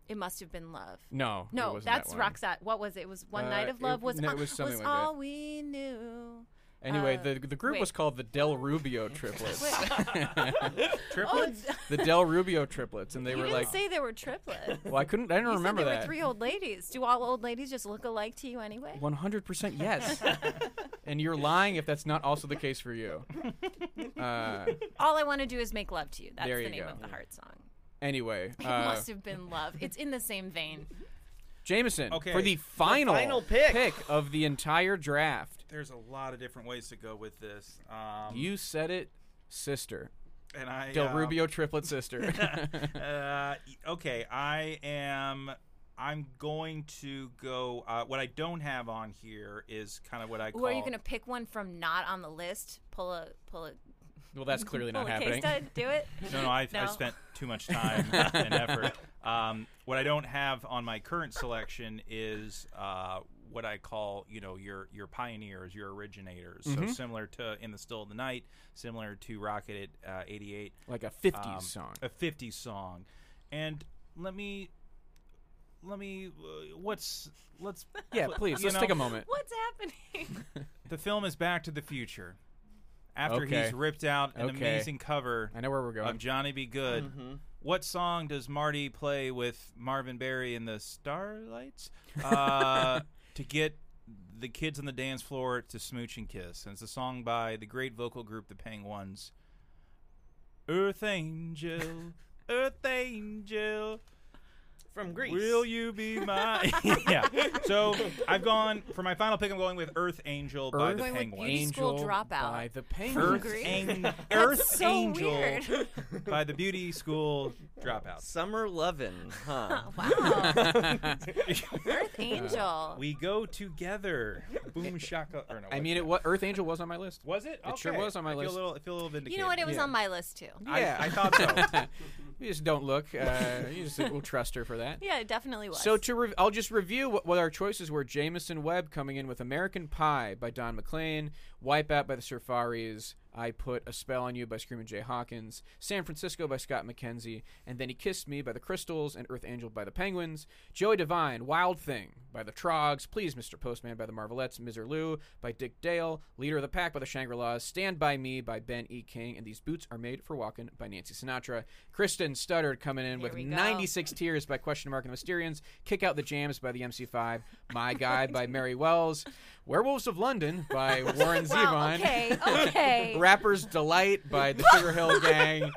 S2: it must have been love.
S1: No, it
S2: No,
S1: wasn't that
S2: that's
S1: one.
S2: Roxette. What was it? It was One
S1: Uh,
S2: Night of Love
S1: it-
S2: was,
S1: no, it
S2: all-
S1: was something like that.
S2: all we knew.
S1: Anyway,
S2: Uh,
S1: the the group
S2: wait.
S1: was called the Del Rubio Triplets.
S3: Triplets?
S2: Oh,
S1: the Del Rubio Triplets, and they
S2: you
S1: were
S2: didn't
S1: like,
S2: say they were triplets.
S1: "Well, I couldn't. I didn't
S2: You
S1: remember
S2: said there
S1: that."
S2: were three old ladies. Do all old ladies just look alike to you anyway?
S1: One hundred percent yes. and you're lying if that's not also the case for you. Uh,
S2: All I want to do is make love to you. That's
S1: There
S2: the
S1: you
S2: name
S1: go.
S2: of the heart song.
S1: anyway,
S2: It
S1: uh,
S2: must have been love. It's in the same vein.
S1: Jameson
S3: Okay.
S1: for the
S3: The
S1: final,
S4: final pick.
S1: of the entire draft.
S3: There's a lot of different ways to go with this. Um,
S1: You said it, sister.
S3: and I
S1: Del
S3: um,
S1: Rubio triplet sister.
S3: uh, okay, I am. I'm going to go. Uh, what I don't have on here is kind of what I call.
S2: Or are you going to pick one from not on the list? Pull a pull a
S1: well, that's clearly
S2: pull
S1: not
S2: a
S1: happening.
S2: case study. Do it.
S3: No, no, I, I
S2: No.
S3: spent too much time and effort. Um, what I don't have on my current selection is uh, what I call, you know, your your pioneers, your originators. So similar to In the Still of the Night, similar to Rocket at uh, 88.
S1: Like a '50s
S3: um,
S1: song.
S3: a 50s song. And let me let me uh, what's let's
S1: Yeah, please.
S3: you
S1: Let's
S3: know,
S1: take a moment.
S2: What's happening?
S3: The film is Back to the Future. After
S1: Okay.
S3: he's ripped out an
S1: Okay.
S3: amazing cover
S1: I know where we're
S3: of
S1: going.
S3: Johnny Be Good. What song does Marty play with Marvin Berry and the Starlights uh, to get the kids on the dance floor to smooch and kiss? And it's a song by the great vocal group The Pang Ones. Earth Angel, Earth Angel,
S4: From Greece.
S3: Will you be mine? yeah. So I've gone for my final pick. I'm going with Earth Angel
S1: Earth
S3: by the
S1: Going
S2: with
S3: Penguins.
S2: Beauty School
S1: Angel
S2: Dropout.
S1: by the
S3: Earth,
S1: Penguins.
S2: Agree.
S3: Ang-
S2: That's
S3: Earth
S2: so
S3: Angel
S2: weird.
S3: by the Beauty School Dropouts.
S4: Summer lovin', huh?
S2: Wow. Earth Angel.
S3: We go together. Boom shaka. Or no,
S1: I mean, it wa Earth Angel was on my list.
S3: was it.
S1: it sure
S3: Okay.
S1: was on my
S3: I feel
S1: list.
S3: a little, I feel a little vindicated.
S2: you know what? It was
S1: Yeah.
S2: on my list too.
S3: I,
S1: Yeah.
S3: I thought so.
S1: You just don't look. Uh, you just will trust her for that.
S2: Yeah, it definitely was.
S1: So to re- I'll just review what, what our choices were. Jameson Webb coming in with American Pie by Don McLean, Wipeout by the Surfaris, I Put a Spell on You by Screaming Jay Hawkins, San Francisco by Scott McKenzie, and Then He Kissed Me by the Crystals and Earth Angel by the Penguins, Joey Divine, Wild Thing by the Trogs, Please Mr. Postman by the Marvelettes, Miser Lou by Dick Dale, Leader of the Pack by the Shangri-Las, Stand By Me by Ben E. King, and These Boots Are Made for Walking by Nancy Sinatra. Kristen Studdard coming in with
S2: we go.
S1: 90 Six Tears by Question Mark and the Mysterians, Kick Out the Jams by the MC5, My Guy by Mary Wells, Werewolves of London by Warren
S2: wow,
S1: Zevon,
S2: okay, okay.
S1: Rapper's Delight by the Sugar Hill Gang,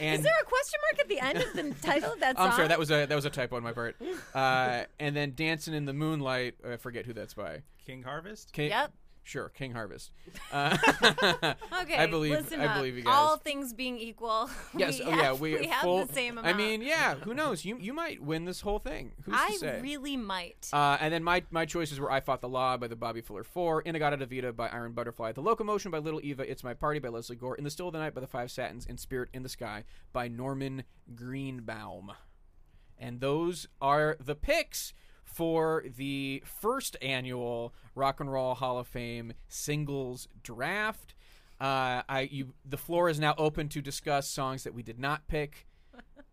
S1: and
S2: Is there a question mark at the end of the title of that song?
S1: I'm sorry, that was a that was a typo on my part. Uh, and then Dancing in the Moonlight, I forget who that's by.
S3: King Harvest.
S1: King,
S2: Yep.
S1: Sure, King Harvest. Uh,
S2: Okay,
S1: I believe-
S2: listen
S1: I
S2: up.
S1: believe you guys.
S2: All things being equal,
S1: yes,
S2: we
S1: oh,
S2: have,
S1: yeah, we,
S2: have
S1: full-
S2: the same
S1: I
S2: amount.
S1: mean, yeah, who knows? You you might win this whole thing. Who's to
S2: I
S1: say?
S2: really might.
S1: Uh, and then my, my choices were I Fought the Law by the Bobby Fuller Four, Inagata Davida by Iron Butterfly, The Locomotion by Little Eva, It's My Party by Leslie Gore, In the Still of the Night by The Five Satins, and Spirit in the Sky by Norman Greenbaum. And those are the picks for the first annual Rock and Roll Hall of Fame singles draft. Uh, I you the floor is now open to discuss songs that we did not pick.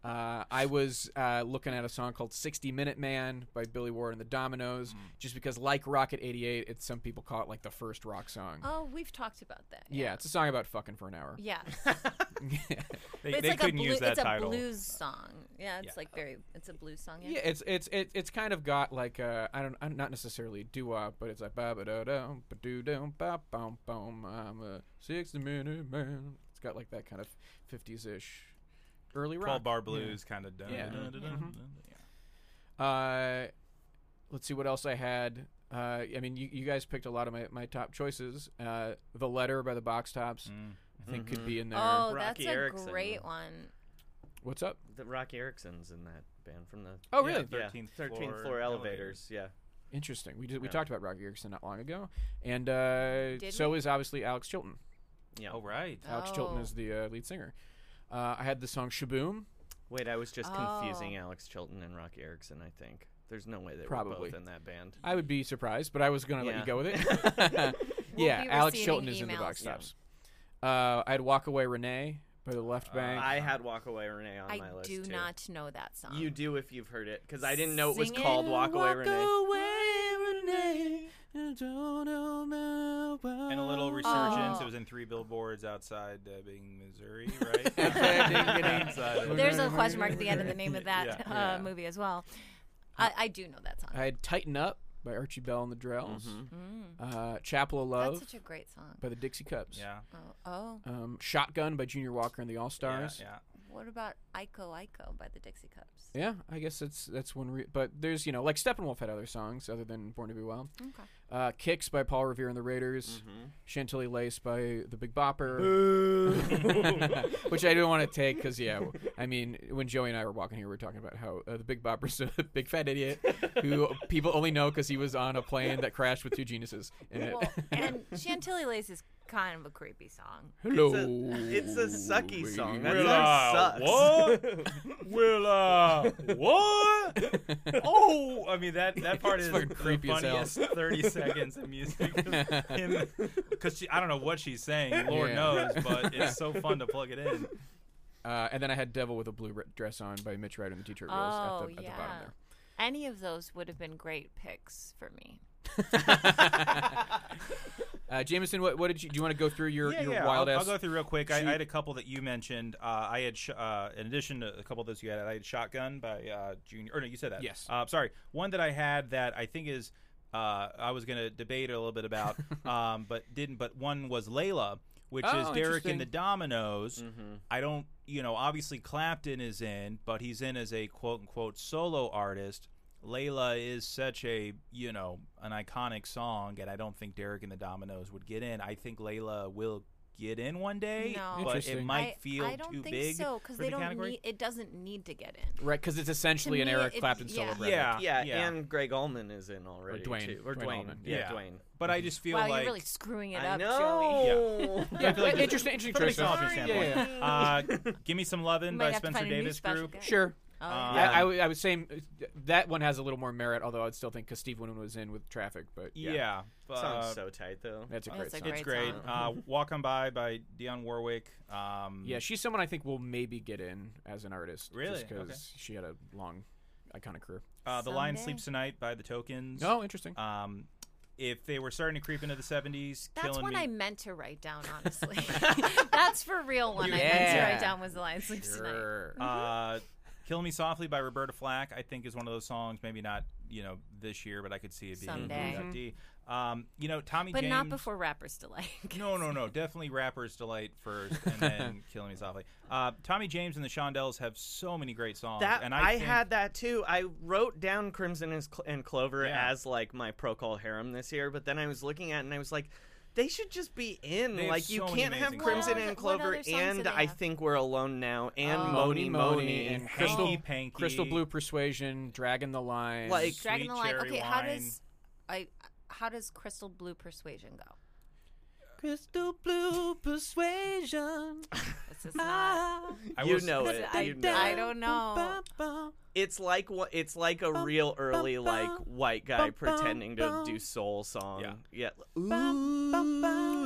S1: Uh, I was uh, looking at a song called 60 Minute Man by Billy Ward and the Dominoes, just because, like Rocket 88, it's some people call it like the first rock song.
S2: Oh, we've talked about that.
S1: yeah, it's a song about fucking for an hour.
S2: Yeah.
S3: They,
S2: But it's
S3: they
S2: like a
S3: couldn't
S2: blue,
S3: use that
S2: it's a
S3: title.
S2: blues song. Yeah, it's
S3: Yeah.
S2: like very it's a blues song.
S1: Yeah, it's it's it, it's kind of got like uh I don't I'm not necessarily doo wop, but it's like ba ba da dum ba doo dum ba bum bum. I'm a sixty minute man. It's got like that kind of fifties ish early rock.
S3: Paul Bar blues kind of.
S1: Yeah. Uh, let's see what else I had. Uh, I mean, you, you guys picked a lot of my, my top choices. Uh, the letter by the Box Tops,
S3: Mm-hmm.
S1: I think, could be in there.
S2: Oh, that's
S4: Rocky
S2: a
S4: Erickson.
S2: great one.
S1: What's up?
S4: The Rocky Erickson's in that band from the
S1: Oh, really?
S3: Yeah. 13th
S4: yeah, 13th floor,
S3: floor
S4: elevators.
S1: Interesting. We did, we talked about Rocky Erickson not long ago, and uh,
S2: Did
S1: so is obviously Alex Chilton.
S4: Yeah, yeah.
S3: Oh right.
S1: Alex Chilton
S2: Oh.
S1: is the uh, lead singer. Uh, I had the song Shaboom.
S4: Wait, I was just confusing
S2: Oh.
S4: Alex Chilton and Rocky Erickson. I think there's no way they were
S1: Probably.
S4: both in that band.
S1: I would be surprised, but I was going to let
S4: Yeah.
S1: you go with it. yeah,
S2: be
S1: Alex
S2: receiving
S1: Chilton is in the
S2: emails.
S1: box
S2: Yeah.
S1: tops. Uh, I had Walk Away Renee by the Left Bank.
S4: I had Walk Away Renee on
S2: I
S4: my list
S2: do
S4: too.
S2: not know that song.
S4: You do if you've heard it, because I didn't know it was
S2: Singing
S4: called Walk Away Renee.
S3: And a
S2: Oh.
S3: little resurgence. It was in three billboards outside uh, being Missouri, right? Outside of-
S2: There's a question mark at the end of the name of that
S3: Yeah.
S2: uh, movie as well. I, I do know that song.
S1: I had Tighten Up by Archie Bell and the Drells. Uh, Chapel of Love
S2: Mm. that's such a great song.
S1: by the Dixie Cups.
S3: Yeah.
S2: Oh, oh,
S1: Um, Shotgun by Junior Walker and the All
S3: Yeah.
S1: Stars.
S3: yeah.
S2: what about Ico Ico by the Dixie Cups?
S1: Yeah, I guess that's that's one. Re- but there's you know like Steppenwolf had other songs other than Born to Be Wild.
S2: Okay.
S1: Uh, Kicks by Paul Revere and the Raiders. Chantilly Lace by the Big Bopper. Which I didn't want to take because yeah, w- I mean when Joey and I were walking here, we were talking about how uh, the Big Bopper's a big fat idiot who people only know because he was on a plane that crashed with two geniuses in it.
S2: Well, and Chantilly Lace is kind of a creepy song.
S1: Hello.
S4: It's a sucky song. That
S3: Will
S4: song
S3: I
S4: sucks.
S3: what? Will I what? Oh, I mean that that part
S1: It's
S3: is
S1: fucking
S3: the
S1: creepy as hell.
S3: funniest thirty seconds of music. Because I don't know what she's saying, Lord
S1: Yeah.
S3: knows, but it's so fun to plug it in.
S1: Uh, and then I had Devil with a Blue Re- Dress on by Mitch Ryder and the T-shirt Girls
S2: oh
S1: at, the, at
S2: yeah.
S1: the bottom there.
S2: Any of those would have been great picks for me.
S1: Uh, Jameson, what, what did you do? You want to go through your,
S3: yeah,
S1: your
S3: yeah.
S1: wild
S3: I'll,
S1: ass?
S3: I'll go through real quick. I, I had a couple that you mentioned. Uh, I had, sh- uh, in addition to a couple of those you had, I had Shotgun by uh, Junior. Or no, you said that.
S1: Yes.
S3: Uh, sorry. One that I had that I think is, uh, I was going to debate a little bit about, um, but didn't. But one was Layla, which
S1: Oh,
S3: is Derek
S1: interesting.
S3: and the Dominoes.
S4: Mm-hmm.
S3: I don't, you know, obviously Clapton is in, but he's in as a quote unquote solo artist. Layla is such a, you know, an iconic song, and I don't think Derek and the Dominoes would get in. I think Layla will get in one day,
S2: No.
S3: but it
S1: Interesting.
S3: might
S2: I,
S3: feel
S2: I don't
S3: too
S2: think
S3: big
S2: so
S3: for
S2: because they
S3: the
S2: don't
S3: category.
S2: need. It doesn't need to get in.
S1: Right, because it's essentially an
S2: me,
S1: Eric
S2: it-
S1: Clapton
S2: yeah.
S1: solo record.
S3: yeah,
S4: Yeah, and Greg Allman is in already
S1: Ah, Dwayne.
S4: too, or
S1: Dwayne
S4: Dwayne.
S1: Allman.
S4: Yeah,
S3: Yeah.
S4: Dwayne.
S3: But I just feel
S2: wow,
S3: like
S2: you're really screwing it
S4: I
S2: up, Joey.
S4: know.
S3: Yeah, I feel like
S1: Interesting, interesting choice.
S3: from an
S1: Yeah,
S3: option
S1: yeah,
S3: standpoint.
S1: yeah.
S3: Uh, Give Me Some Lovin'
S2: Might
S3: by
S2: have to
S3: Spencer
S2: find a new
S3: Davis
S2: special
S3: Group.
S2: guest.
S1: Sure.
S2: Oh,
S3: Um,
S1: I
S3: Yeah.
S1: I, would- I would say uh, that one has a little more merit, although I'd still think because Steve Winwood was in with Traffic, but yeah,
S3: Yeah. but,
S1: Uh,
S3: uh,
S4: Sounds so tight though.
S1: that's a
S2: Oh,
S1: great
S2: that's a
S1: song.
S3: it's
S2: Great
S3: great. Uh, Walk on By by Dionne Warwick. Um,
S1: Yeah, she's someone I think will maybe get in as an artist,
S3: Really?
S1: just because
S3: Okay.
S1: she had a long, iconic career.
S3: uh, The Lion
S2: Someday.
S3: Sleeps Tonight by The Tokens.
S1: No, interesting.
S3: Um, if they were starting to creep into the 70s,
S2: That's
S3: killing
S2: one
S3: me.
S2: I meant to write down, honestly. That's for real one I meant to
S1: Yeah.
S2: write down was The Lion Sleeps Tonight.
S1: Sure.
S3: Uh,
S2: Mm-hmm.
S3: Kill Me Softly by Roberta Flack, I think, is one of those songs. Maybe not, you know, this year, but I could see it being
S2: Someday.
S3: in D. Um, you know, Tommy
S2: But
S3: James.
S2: not before Rapper's Delight.
S3: No, no, no. Definitely Rapper's Delight first and then Kill Me Softly. Uh, Tommy James and the Shondells have so many great songs.
S4: That
S3: and
S4: I,
S3: I, think-
S4: had that too. I wrote down Crimson and, Cl- and Clover
S3: Yeah.
S4: as like my Procol harem this year, but then I was looking at it and I was like, they should just be in.
S3: They have
S4: Like you
S3: so many
S4: can't have
S3: amazing
S4: Crimson
S3: songs.
S4: and
S2: What other- what
S4: Clover
S2: other songs do
S4: and
S2: they
S4: I
S2: have?
S4: think we're alone now and
S2: Oh.
S4: Moni Moni
S1: and
S3: Crystal
S1: Crystal,
S3: Panky.
S1: Crystal Blue Persuasion, Dragon the Line.
S4: Like-
S2: Dragon
S3: Sweet
S2: the Lion.
S3: Cherry
S2: Okay, how
S3: Wine.
S2: does I how does Crystal Blue Persuasion go?
S1: Crystal Blue Persuasion. Ah.
S2: This is
S4: Ah,
S2: not,
S3: I
S4: you
S3: will s-
S4: know it.
S2: I,
S4: you know it.
S2: I don't know.
S4: It's like wha- it's like a real early like white guy pretending to do soul song.
S3: Yeah.
S4: Yeah. Ooh.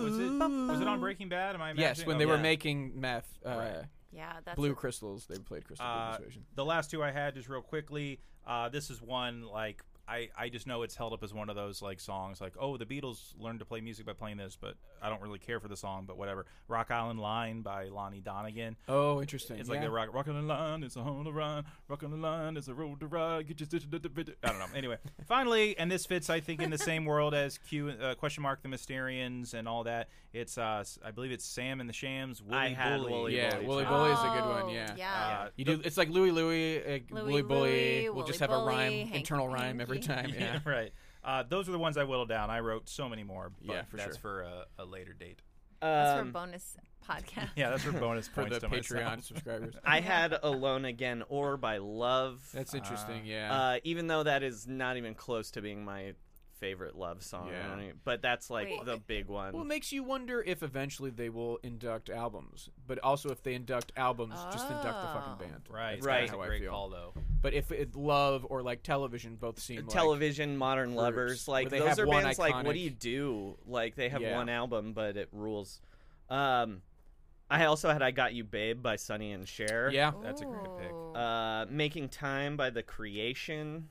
S3: Was it, was it on Breaking Bad? Am I
S1: Yes,
S3: imagining-
S1: when they
S3: okay.
S1: were making meth. Uh,
S3: oh, Right.
S2: Yeah, that's
S1: Blue crystals. They played crystal blue
S3: Uh,
S1: persuasion.
S3: the last two I had, just real quickly. Uh, this is one like I, I just know it's held up as one of those like songs like oh the Beatles learned to play music by playing this, but I don't really care for the song, but whatever. Rock Island Line by Lonnie Donegan.
S1: Oh, interesting.
S3: It's like the rock, rock on the line, it's a home to run. Rock on the line, it's a road to ride. Get your stitch. I don't know. Anyway, finally, and this fits, I think, in the same world as Q uh, question mark the Mysterians and all that. It's uh, s- I believe it's Sam and the Shams. Wooly
S4: I had
S3: Bully. Ah,
S4: Wooly
S1: yeah,
S4: Bully
S1: Wooly
S4: too.
S1: Bully is a good
S2: Oh,
S1: one. Yeah.
S2: Yeah.
S3: Uh,
S1: You do. It's like Louie Louie, uh,
S2: Louie
S1: Wooly Bully.
S2: Louie,
S1: We'll just have
S2: Wooly
S1: a rhyme,
S2: Bully,
S1: internal
S2: Hanky
S1: rhyme every
S2: Panky.
S1: time. Yeah.
S3: right. Uh, those are the ones I whittled down. I wrote so many more, but
S1: Yeah, for
S3: that's
S1: sure.
S3: for a, a later date.
S2: that's for
S4: Um,
S2: bonus podcast.
S3: Yeah, that's for bonus
S1: For
S3: points
S1: the
S3: to myself.
S1: Patreon subscribers.
S4: I had Alone Again or by Love.
S1: That's interesting. yeah.
S3: um,
S4: uh, even though that is not even close to being my favorite love song.
S1: Yeah.
S4: I don't e- But that's like
S2: Wait.
S4: the big one.
S1: Well, it makes you wonder if eventually they will induct albums, but also if they induct albums, just induct the
S2: Oh.
S1: fucking band.
S3: Right,
S1: That's
S4: Right.
S1: kinda
S3: That's a
S1: how I
S3: great
S1: feel.
S3: call though.
S1: But if it, love or like television both seem like-
S4: Television, Modern Lovers,
S1: where
S4: like
S1: they
S4: those
S1: have
S4: are
S1: one
S4: bands like what do
S1: iconic-
S4: you do? Like they have
S1: Yeah.
S4: one album but it rules. Um I also had I Got You Babe by Sonny and Cher.
S1: yeah.
S3: That's a great pick.
S2: Ooh.
S4: Uh Making Time by The Creation.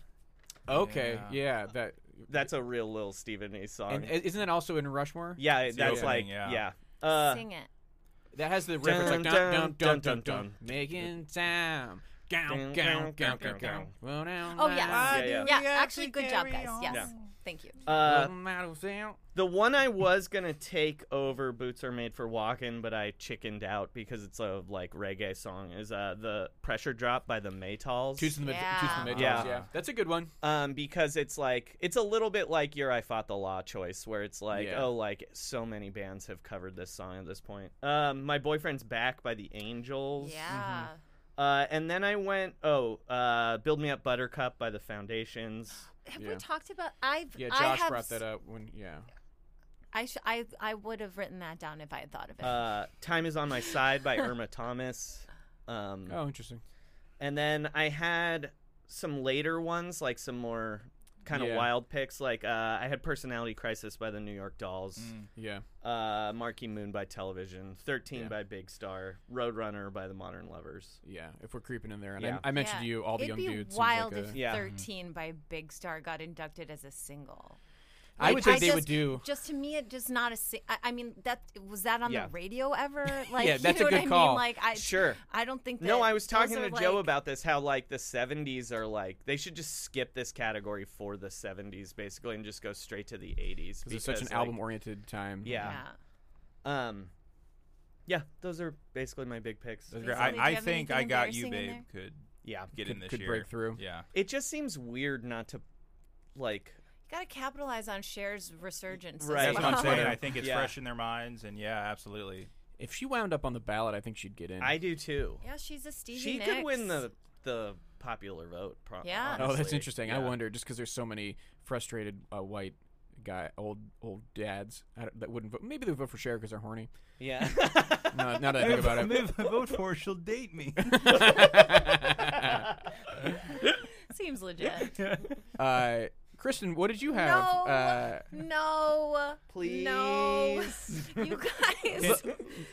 S1: Okay.
S3: Yeah.
S1: Yeah. that.
S4: That's a real little Stephen A song.
S1: And i- isn't that also in Rushmore?
S4: yeah,
S3: the
S4: that's like
S3: opening, yeah.
S4: yeah. Uh,
S2: Sing it.
S1: That has the reference like
S4: Dun,
S1: dun
S4: dun,
S1: dun dun
S4: dun,
S1: dun
S4: dun.
S1: dun. Making time. Gown,
S4: Dun,
S1: gown,
S4: dun,
S1: gown, gown,
S4: dun, dun.
S1: gown. Well, now,
S2: Oh yes.
S1: now,
S4: yeah, yeah.
S2: yeah. Actually, good job, guys. Yes.
S4: Yeah.
S2: Thank you.
S4: uh,
S1: well, now, now.
S4: The one I was gonna take over "Boots Are Made for Walking," but I chickened out because it's a like reggae song. Is uh the "Pressure Drop" by the Maytals?
S1: Toots and the Mid- Toots and the Midges,
S4: Yeah.
S1: yeah. That's a good one.
S4: um, because it's like it's a little bit like your "I Fought the Law" choice, where it's like,
S1: Yeah.
S4: oh, like so many bands have covered this song at this point. Um, "My Boyfriend's Back" by the
S1: Mm-hmm.
S4: Angels.
S2: Yeah.
S4: Uh, and then I went, oh, uh, "Build Me Up Buttercup" by the Foundations.
S2: Have we
S1: Yeah.
S2: talked about? I've
S1: Yeah,
S2: I
S1: Josh
S2: have,
S1: brought that up when. Yeah.
S2: I sh- I I would have written that down if I had thought of it.
S4: Uh, "Time Is on My Side" by Irma Thomas. Um,
S1: Oh, interesting.
S4: And then I had some later ones, like some more kind of
S1: Yeah.
S4: wild picks. Like uh, I had Personality Crisis by the New York Dolls,
S1: Yeah.
S4: uh, Marky Moon by Television, 13
S1: Yeah.
S4: by Big Star, Roadrunner by the Modern Lovers.
S1: Yeah, if we're creeping in there, and
S4: Yeah.
S1: I, I mentioned
S2: Yeah.
S1: to you all the
S2: It'd
S1: young
S2: be
S1: dudes. seems
S2: wild
S1: like
S2: if
S1: a-
S4: Yeah.
S2: Thirteen by Big Star got inducted as a single.
S1: I would
S2: Like,
S1: think they
S2: just,
S1: would do.
S2: Just to me, it just not a. si- I, I mean, that was that on
S4: Yeah.
S2: the radio ever? Like,
S1: Yeah, that's
S2: you
S1: a
S2: know
S1: good
S2: what I Mean?
S1: call.
S2: Like, I
S4: Sure.
S2: I don't think. That
S4: No, I was
S2: those
S4: talking
S2: are
S4: to Joe
S2: like-
S4: about this how like the 70s are like they should just skip this category for the 70s basically and just go straight to the 80s
S1: Because it's such an
S4: like,
S1: album-oriented time.
S4: Yeah.
S2: Yeah.
S4: Um yeah, those are basically my big picks.
S3: That's great.
S2: Lisa, did you
S3: I, I
S2: have
S3: think I
S2: anything
S3: got you,
S2: embarrassing in
S3: babe. Could
S4: Yeah.
S3: get in
S1: Could-
S3: this
S1: could
S3: year.
S1: break through.
S3: Yeah.
S4: It just seems weird not to like
S2: You gotta capitalize on Cher's resurgence. as
S4: Right.
S3: That's what I'm
S2: well.
S3: saying. I think it's
S4: Yeah.
S3: fresh in their minds, and yeah, absolutely.
S1: If she wound up on the ballot, I think she'd get in.
S4: I do too.
S2: Yeah, she's a Stevie.
S4: she could win
S2: Nicks.
S4: the the popular vote. Pro-
S2: Yeah.
S1: oh, that's
S4: honestly.
S1: interesting. I
S4: Yeah.
S1: wonder just because there's so many frustrated uh, white guy, old old dads I don't- that wouldn't vote. Maybe they vote for Cher because they're horny.
S4: Yeah.
S1: No, now that I think about it.
S3: I vote for, she'll date me.
S2: Seems legit.
S1: Uh, Kristen, what did you have?
S2: No,
S1: Uh,
S2: no, no, you guys.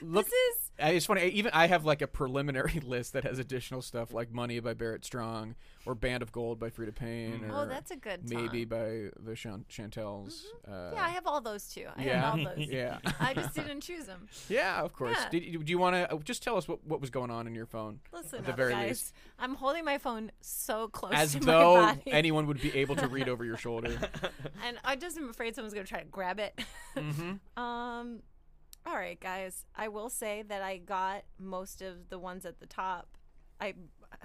S1: look,
S2: this is
S1: I- it's funny. I- Even I have like a preliminary list that has additional stuff like "Money" by Barrett Strong or "Band of Gold" by Frida Payne.
S2: Oh,
S1: or
S2: that's a good
S1: Maybe
S2: song.
S1: by the Chan- Chantels. Uh,
S2: yeah. I have all those too. I
S1: yeah,
S2: have all those.
S1: yeah,
S2: I just didn't choose them.
S1: yeah. Of course.
S2: Yeah.
S1: Did you do you want to just tell us what, what was going on in your phone?
S2: Listen,
S1: at the
S2: up,
S1: very
S2: guys.
S1: least,
S2: I'm holding my phone so close
S1: as
S2: to
S1: though
S2: my body,
S1: anyone would be able to read over your shoulder.
S2: and I just am afraid someone's gonna try to grab it. um, all right, guys. I will say that I got most of the ones at the top. I,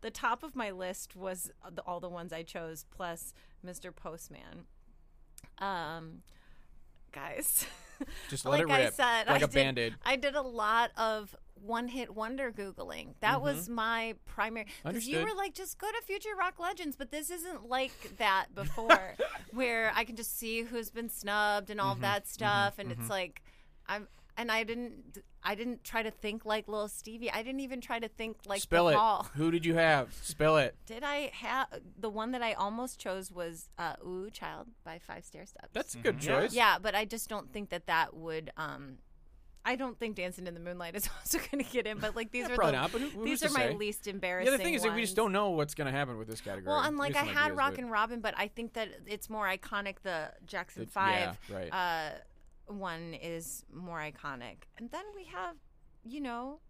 S2: the top of my list was the, all the ones I chose plus Mr. Postman. Um, guys.
S1: Just let
S2: like
S1: it
S2: I
S1: rip,
S2: said,
S1: like
S2: a
S1: a Band-Aid.
S2: I did a lot of one-hit wonder googling. That was my primary. 'cause You
S1: Mm-hmm. Understood.
S2: were like, just go to Future Rock Legends, but this isn't like that before, where I can just see who's been snubbed and all
S1: Mm-hmm.
S2: of that stuff, and it's like, I'm. And I didn't, I didn't try to think like little Stevie. I didn't even try to think like
S1: Spill
S2: the
S1: it.
S2: Hall.
S1: Who did you have? Spill it.
S2: Did I have the one that I almost chose was uh, "Ooh Child" by Five Stair Steps.
S1: That's a good choice.
S2: Yeah, but I just don't think that that would. Um, I don't think Dancing in the Moonlight is also going to get in, but like these are
S1: probably
S2: the,
S1: not, but who- who's
S2: these
S1: to
S2: are my
S1: say?
S2: least
S1: Yeah,
S2: embarrassing.
S1: the thing is that we just
S2: ones.
S1: don't know what's going to happen with this category.
S2: Well, and
S1: At
S2: like
S1: least
S2: I
S1: some
S2: had
S1: ideas,
S2: Rock
S1: but-
S2: and Robin, but I think that it's more iconic. The Jackson
S1: It- yeah,
S2: Five
S1: right.
S2: uh, one is more iconic, and then we have, you know,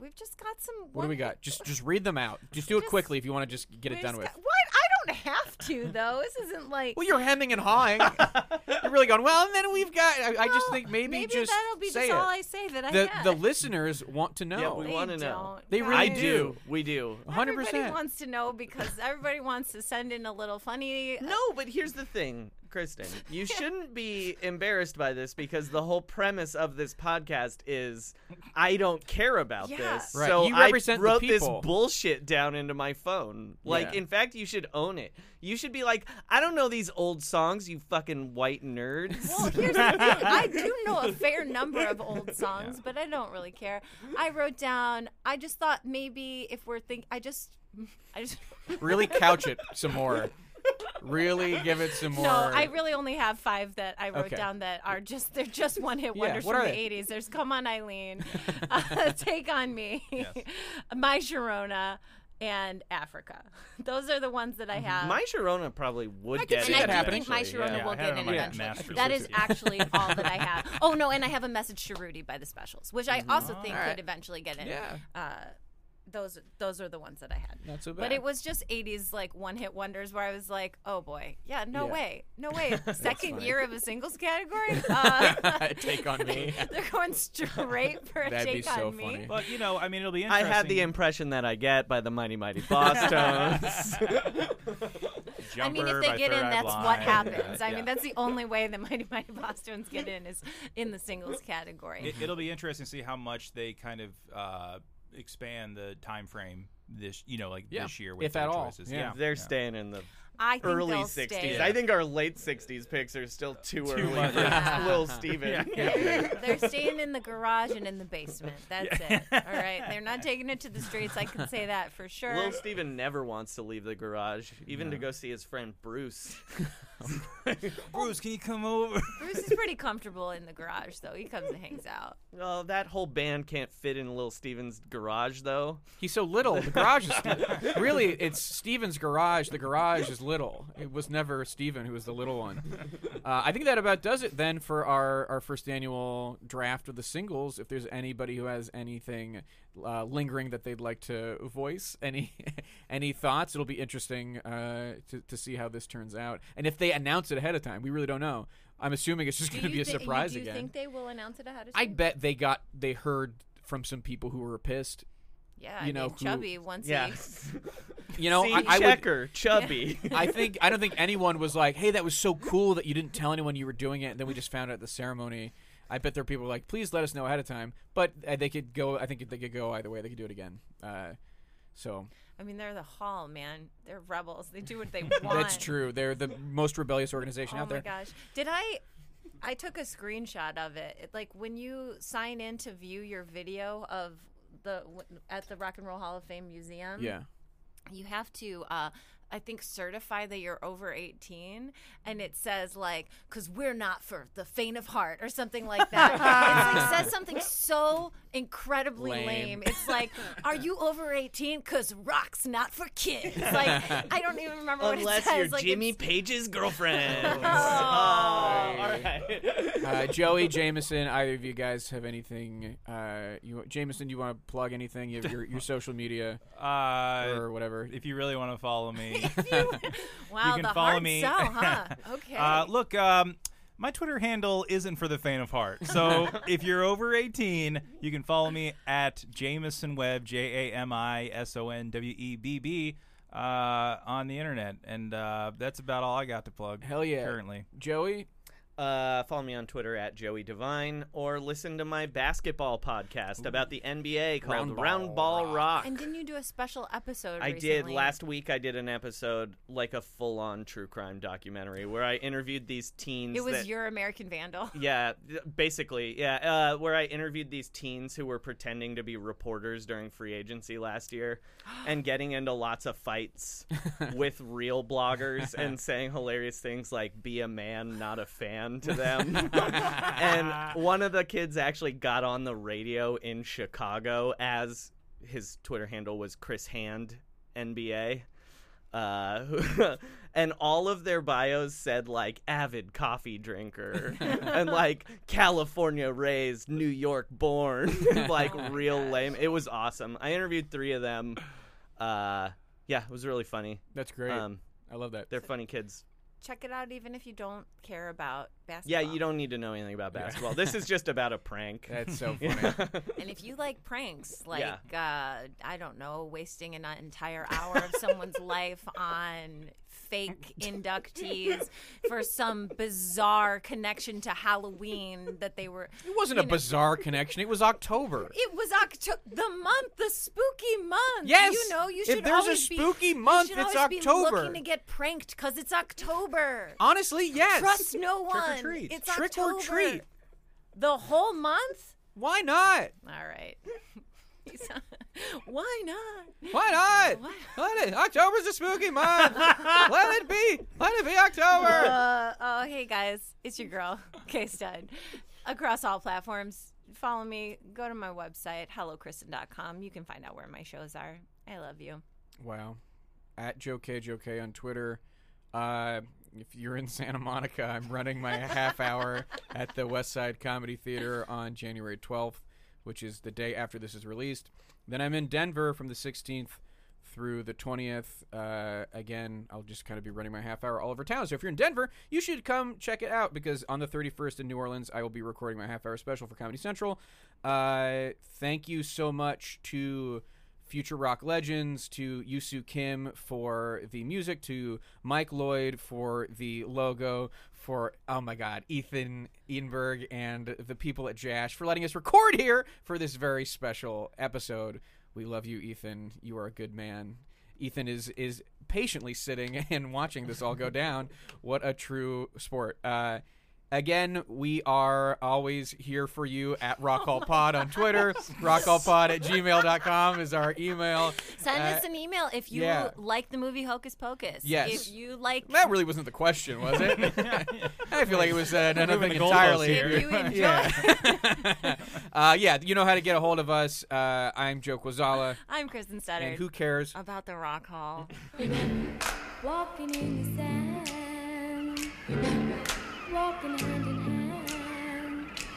S2: we've just got some.
S1: What do we got? Just just read them out. Just do it
S2: Just-
S1: quickly if you want to just get it done with.
S2: What? I don't have to though. This isn't like.
S1: Well, you're hemming and hawing. you're really going. Well, and then we've got. I, I just
S2: Well,
S1: think maybe, just
S2: oh, that'll be
S1: say
S2: just all I
S1: it.
S2: say that I
S1: the
S2: had.
S1: the listeners want to know.
S4: Yeah, we
S2: They
S4: want to know.
S2: don't,
S1: They really
S4: I
S2: guys.
S4: do. We do.
S1: A hundred
S2: Everybody
S1: percent.
S2: wants to know because everybody wants to send in a little funny. uh,
S4: No, but here's the thing, Kristen. You shouldn't be embarrassed by this because the whole premise of this podcast is I don't care about
S2: Yeah.
S4: this.
S1: Right.
S4: So
S1: You
S4: I
S1: represent the
S4: wrote this
S1: people.
S4: bullshit down into my phone. Like,
S1: Yeah.
S4: in fact, you should own it. You should be like, I don't know these old songs, you fucking white nerds.
S2: Well, here's the thing. I do know a fair number of old songs, but I don't really care. I wrote down. I just thought maybe if we're think, I just, I just.
S1: Really couch it some more. Really give it some more.
S2: No, I really only have five that I wrote
S1: Okay.
S2: down that are just they're just one hit
S1: Yeah,
S2: wonders
S1: what
S2: from
S1: are
S2: the
S1: they?
S2: '80s. There's "Come On Eileen," uh, "Take on Me," "My Sharona," and "Africa." Those are the ones that I have.
S4: My Sharona probably would
S1: I could
S4: get
S1: see
S2: and Uh,
S4: it
S1: that
S2: I do
S1: happening.
S2: think my
S4: eventually,
S2: Sharona
S4: yeah.
S3: Yeah,
S2: will
S3: I
S2: get
S3: had it
S2: in
S3: on my
S2: eventually.
S3: master
S2: That
S3: list,
S2: is
S3: yeah.
S2: actually all that I have. Oh no, and I have a message to Rudy by the specials, which I also think could eventually get in.
S1: Yeah.
S2: Uh, those those are the ones that I had.
S1: Not so
S2: But
S1: bad.
S2: it was just '80s like one hit wonders where I was like, oh boy, yeah, no
S1: Yeah.
S2: way, no way. Second year of a singles category, uh,
S1: Take on me.
S2: they're going straight for a
S1: That'd be
S2: take on
S1: so
S2: me.
S1: funny.
S3: But you know, I mean, it'll be
S4: I
S3: interesting.
S4: had the impression that I get by the Mighty Mighty Boston's.
S2: I mean, if
S3: Jumper
S2: they
S3: by
S2: get in,
S3: Third Eye
S2: that's what
S3: Blind.
S2: happens.
S3: Yeah,
S2: I
S3: yeah.
S2: mean, that's the only way the Mighty Mighty Bostons get in is in the singles category.
S1: Mm-hmm.
S3: it, it'll be interesting to see how much they kind of uh, expand the time frame this you know like
S1: Yeah,
S3: this year with
S1: if
S3: their
S1: at all.
S3: choices.
S1: Yeah.
S4: They're staying in the
S2: I think
S4: early
S2: they'll
S4: 60s.
S2: Stay.
S4: I think our late 60s picks are still too, early
S3: much,
S4: for
S2: yeah.
S4: Lil Steven.
S2: They're, they're staying in the garage and in the basement. That's it. All right. They're not taking it to the streets. I can say that for sure.
S4: Lil Steven never wants to leave the garage, even to go see his friend Bruce.
S3: Bruce, can you come over?
S2: Bruce is pretty comfortable in the garage, though. He comes and hangs out.
S4: well, that whole band can't fit in Lil Steven's garage, though.
S1: He's so little. The garage is really it's Steven's garage. The garage is little. It was never Steven who was the little one. Uh, I think that about does it then for our our first annual draft of the singles. If there's anybody who has anything uh, lingering that they'd like to voice, any any thoughts, it'll be interesting uh, to to see how this turns out. And if they announce it ahead of time, we really don't know. I'm assuming it's just going to be a surprise
S2: do you
S1: again.
S2: think they will announce it ahead of
S1: I bet they got they heard from some people who were pissed.
S2: Yeah, I
S1: you know
S2: mean,
S1: who-
S2: Chubby once
S4: Yeah.
S2: he
S1: You know,
S4: see,
S1: Oh, I, I would
S4: checker, chubby.
S1: I think I don't think anyone was like, "Hey, that was so cool that you didn't tell anyone you were doing it." And then we just found out at the ceremony. I bet there are people like, "Please let us know ahead of time." But uh, they could go. I think they could go either way. They could do it again. Uh, so
S2: I mean, they're the Hall, man. They're rebels. They do what they want.
S1: that's true. They're the most rebellious organization
S2: Oh
S1: out
S2: my
S1: there.
S2: gosh. Did I I took a screenshot of it. it. Like when you sign in to view your video of the w- at the Rock and Roll Hall of Fame Museum,
S1: Yeah.
S2: you have to uh I think certify that you're over 18 and it says like cuz we're not for the faint of heart or something like that. it like, says something so incredibly lame.
S1: Lame.
S2: It's like are you over 18 cuz rock's not for kids. Like I don't even remember what it
S4: Unless
S2: says.
S4: you're
S2: like,
S4: Jimmy
S2: it's-
S4: Page's girlfriend.
S2: Oh.
S4: all right.
S1: Uh, Joey Jameson, either of you guys have anything? Uh, you, Jameson, do you want to plug anything? You have your, your social media
S3: Uh,
S1: or whatever.
S3: if you really want to follow me,
S2: Wow,
S3: you can
S2: the
S3: follow
S2: hard
S3: me.
S2: sell, huh? Okay.
S3: Uh, look, um, my Twitter handle isn't for the faint of heart. So if you're over 18, you can follow me at Jameson Webb, J A M I S O N W E B B, uh, on the internet. And uh, that's about all I got to plug.
S1: Hell yeah.
S3: Currently.
S1: Joey,
S4: Uh, follow me on Twitter at Joey Devine or listen to my basketball podcast about the NBA called
S1: Round
S4: Round Ball,
S1: Ball
S4: Rock.
S2: and didn't you do a special episode?
S4: I did
S2: recently?
S4: last week. I did an episode like a full-on true crime documentary where I interviewed these teens.
S2: It was
S4: that-
S2: your American Vandal.
S4: yeah, th- basically, yeah. Uh, where I interviewed these teens who were pretending to be reporters during free agency last year, and getting into lots of fights with real bloggers and saying hilarious things like "Be a man, not a fan." man to them. and one of the kids actually got on the radio in Chicago as his Twitter handle was Chris Hand NBA. Uh, who- and all of their bios said like avid coffee drinker and like California raised, New York born, like real lame. It was awesome. I interviewed three of them. Uh, yeah, it was really funny.
S1: That's great.
S4: Um,
S1: I love that.
S4: They're funny kids.
S2: Check it out, even if you don't care about
S4: Yeah,
S2: basketball.
S4: you don't need to know anything about basketball. this is just about a prank.
S1: That's so funny.
S2: And if you like pranks, like
S4: Yeah.
S2: uh, I don't know, wasting an entire hour of someone's life on fake inductees for some bizarre connection to Halloween that they were.
S1: it wasn't a bizarre connection. It was October.
S2: It was October, the month, the spooky month.
S1: Yes.
S2: you know you
S1: If
S2: should.
S1: there's a
S2: always be-
S1: spooky
S2: you
S1: month,
S2: should
S1: it's
S2: always Be
S1: October.
S2: looking to get pranked because it's October.
S1: Honestly, yes.
S2: Trust no
S1: Trick
S2: one.
S1: or treat.
S2: It's
S1: Trick or
S2: October.
S1: treat.
S2: The whole month.
S1: Why not?
S2: All right. He's- Why not?
S1: Why not?
S2: Why
S1: Let it. October's a spooky month. Let it be. Let it be October.
S2: Uh, oh, hey guys, it's your girl, K Stud. Across all platforms, follow me. Go to my website, hellokristen.com. You can find out where my shows are. I love you.
S1: Wow. At Joe K Joe K on Twitter. Uh, if you're in Santa Monica, I'm running my half hour at the West Side Comedy Theater on January 12th, which is the day after this is released. Then I'm in Denver from the 16th through the 20th. Uh, again, I'll just kind of be running my half hour all over town. So if you're in Denver, you should come check it out because on the 31st in New Orleans, I will be recording my half hour special for Comedy Central. Uh, thank you so much to future rock legends, to Yusu Kim for the music, to Mike Lloyd for the logo, for oh my god, Ethan Enberg and the people at Jash for letting us record here for this very special episode. We love you, Ethan. You are a good man. Ethan is is patiently sitting and watching this all go down. What a true sport. Uh Again, we are always here for you at Rock Hall Pod on Twitter. Rock Hall Pod at gmail.com is our email.
S2: Send
S1: Uh,
S2: us an email if you
S1: yeah.
S2: like the movie Hocus Pocus.
S1: Yes.
S2: If you like.
S1: That really wasn't the question, was it? I feel like it was uh, another
S3: moving
S1: thing
S3: the goalposts
S1: entirely.
S3: here.
S2: If you enjoy.
S1: Yeah. uh, yeah, you know how to get a hold of us. Uh, I'm Joe Quazala.
S2: I'm Kristen
S1: And
S2: Sutter.
S1: who cares?
S2: About the Rock Hall.
S5: Walking in the sand, walking hand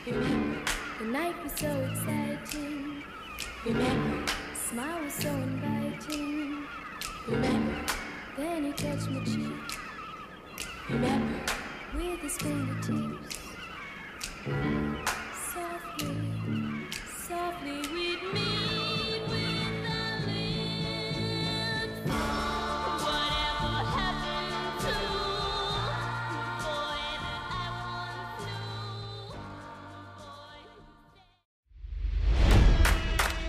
S5: in hand. The night was so exciting, smile was so inviting. Then he touched my cheek with his fingertips. Softly, softly we'd meet with the lips. Whatever happened to the boy that I once knew? The boy-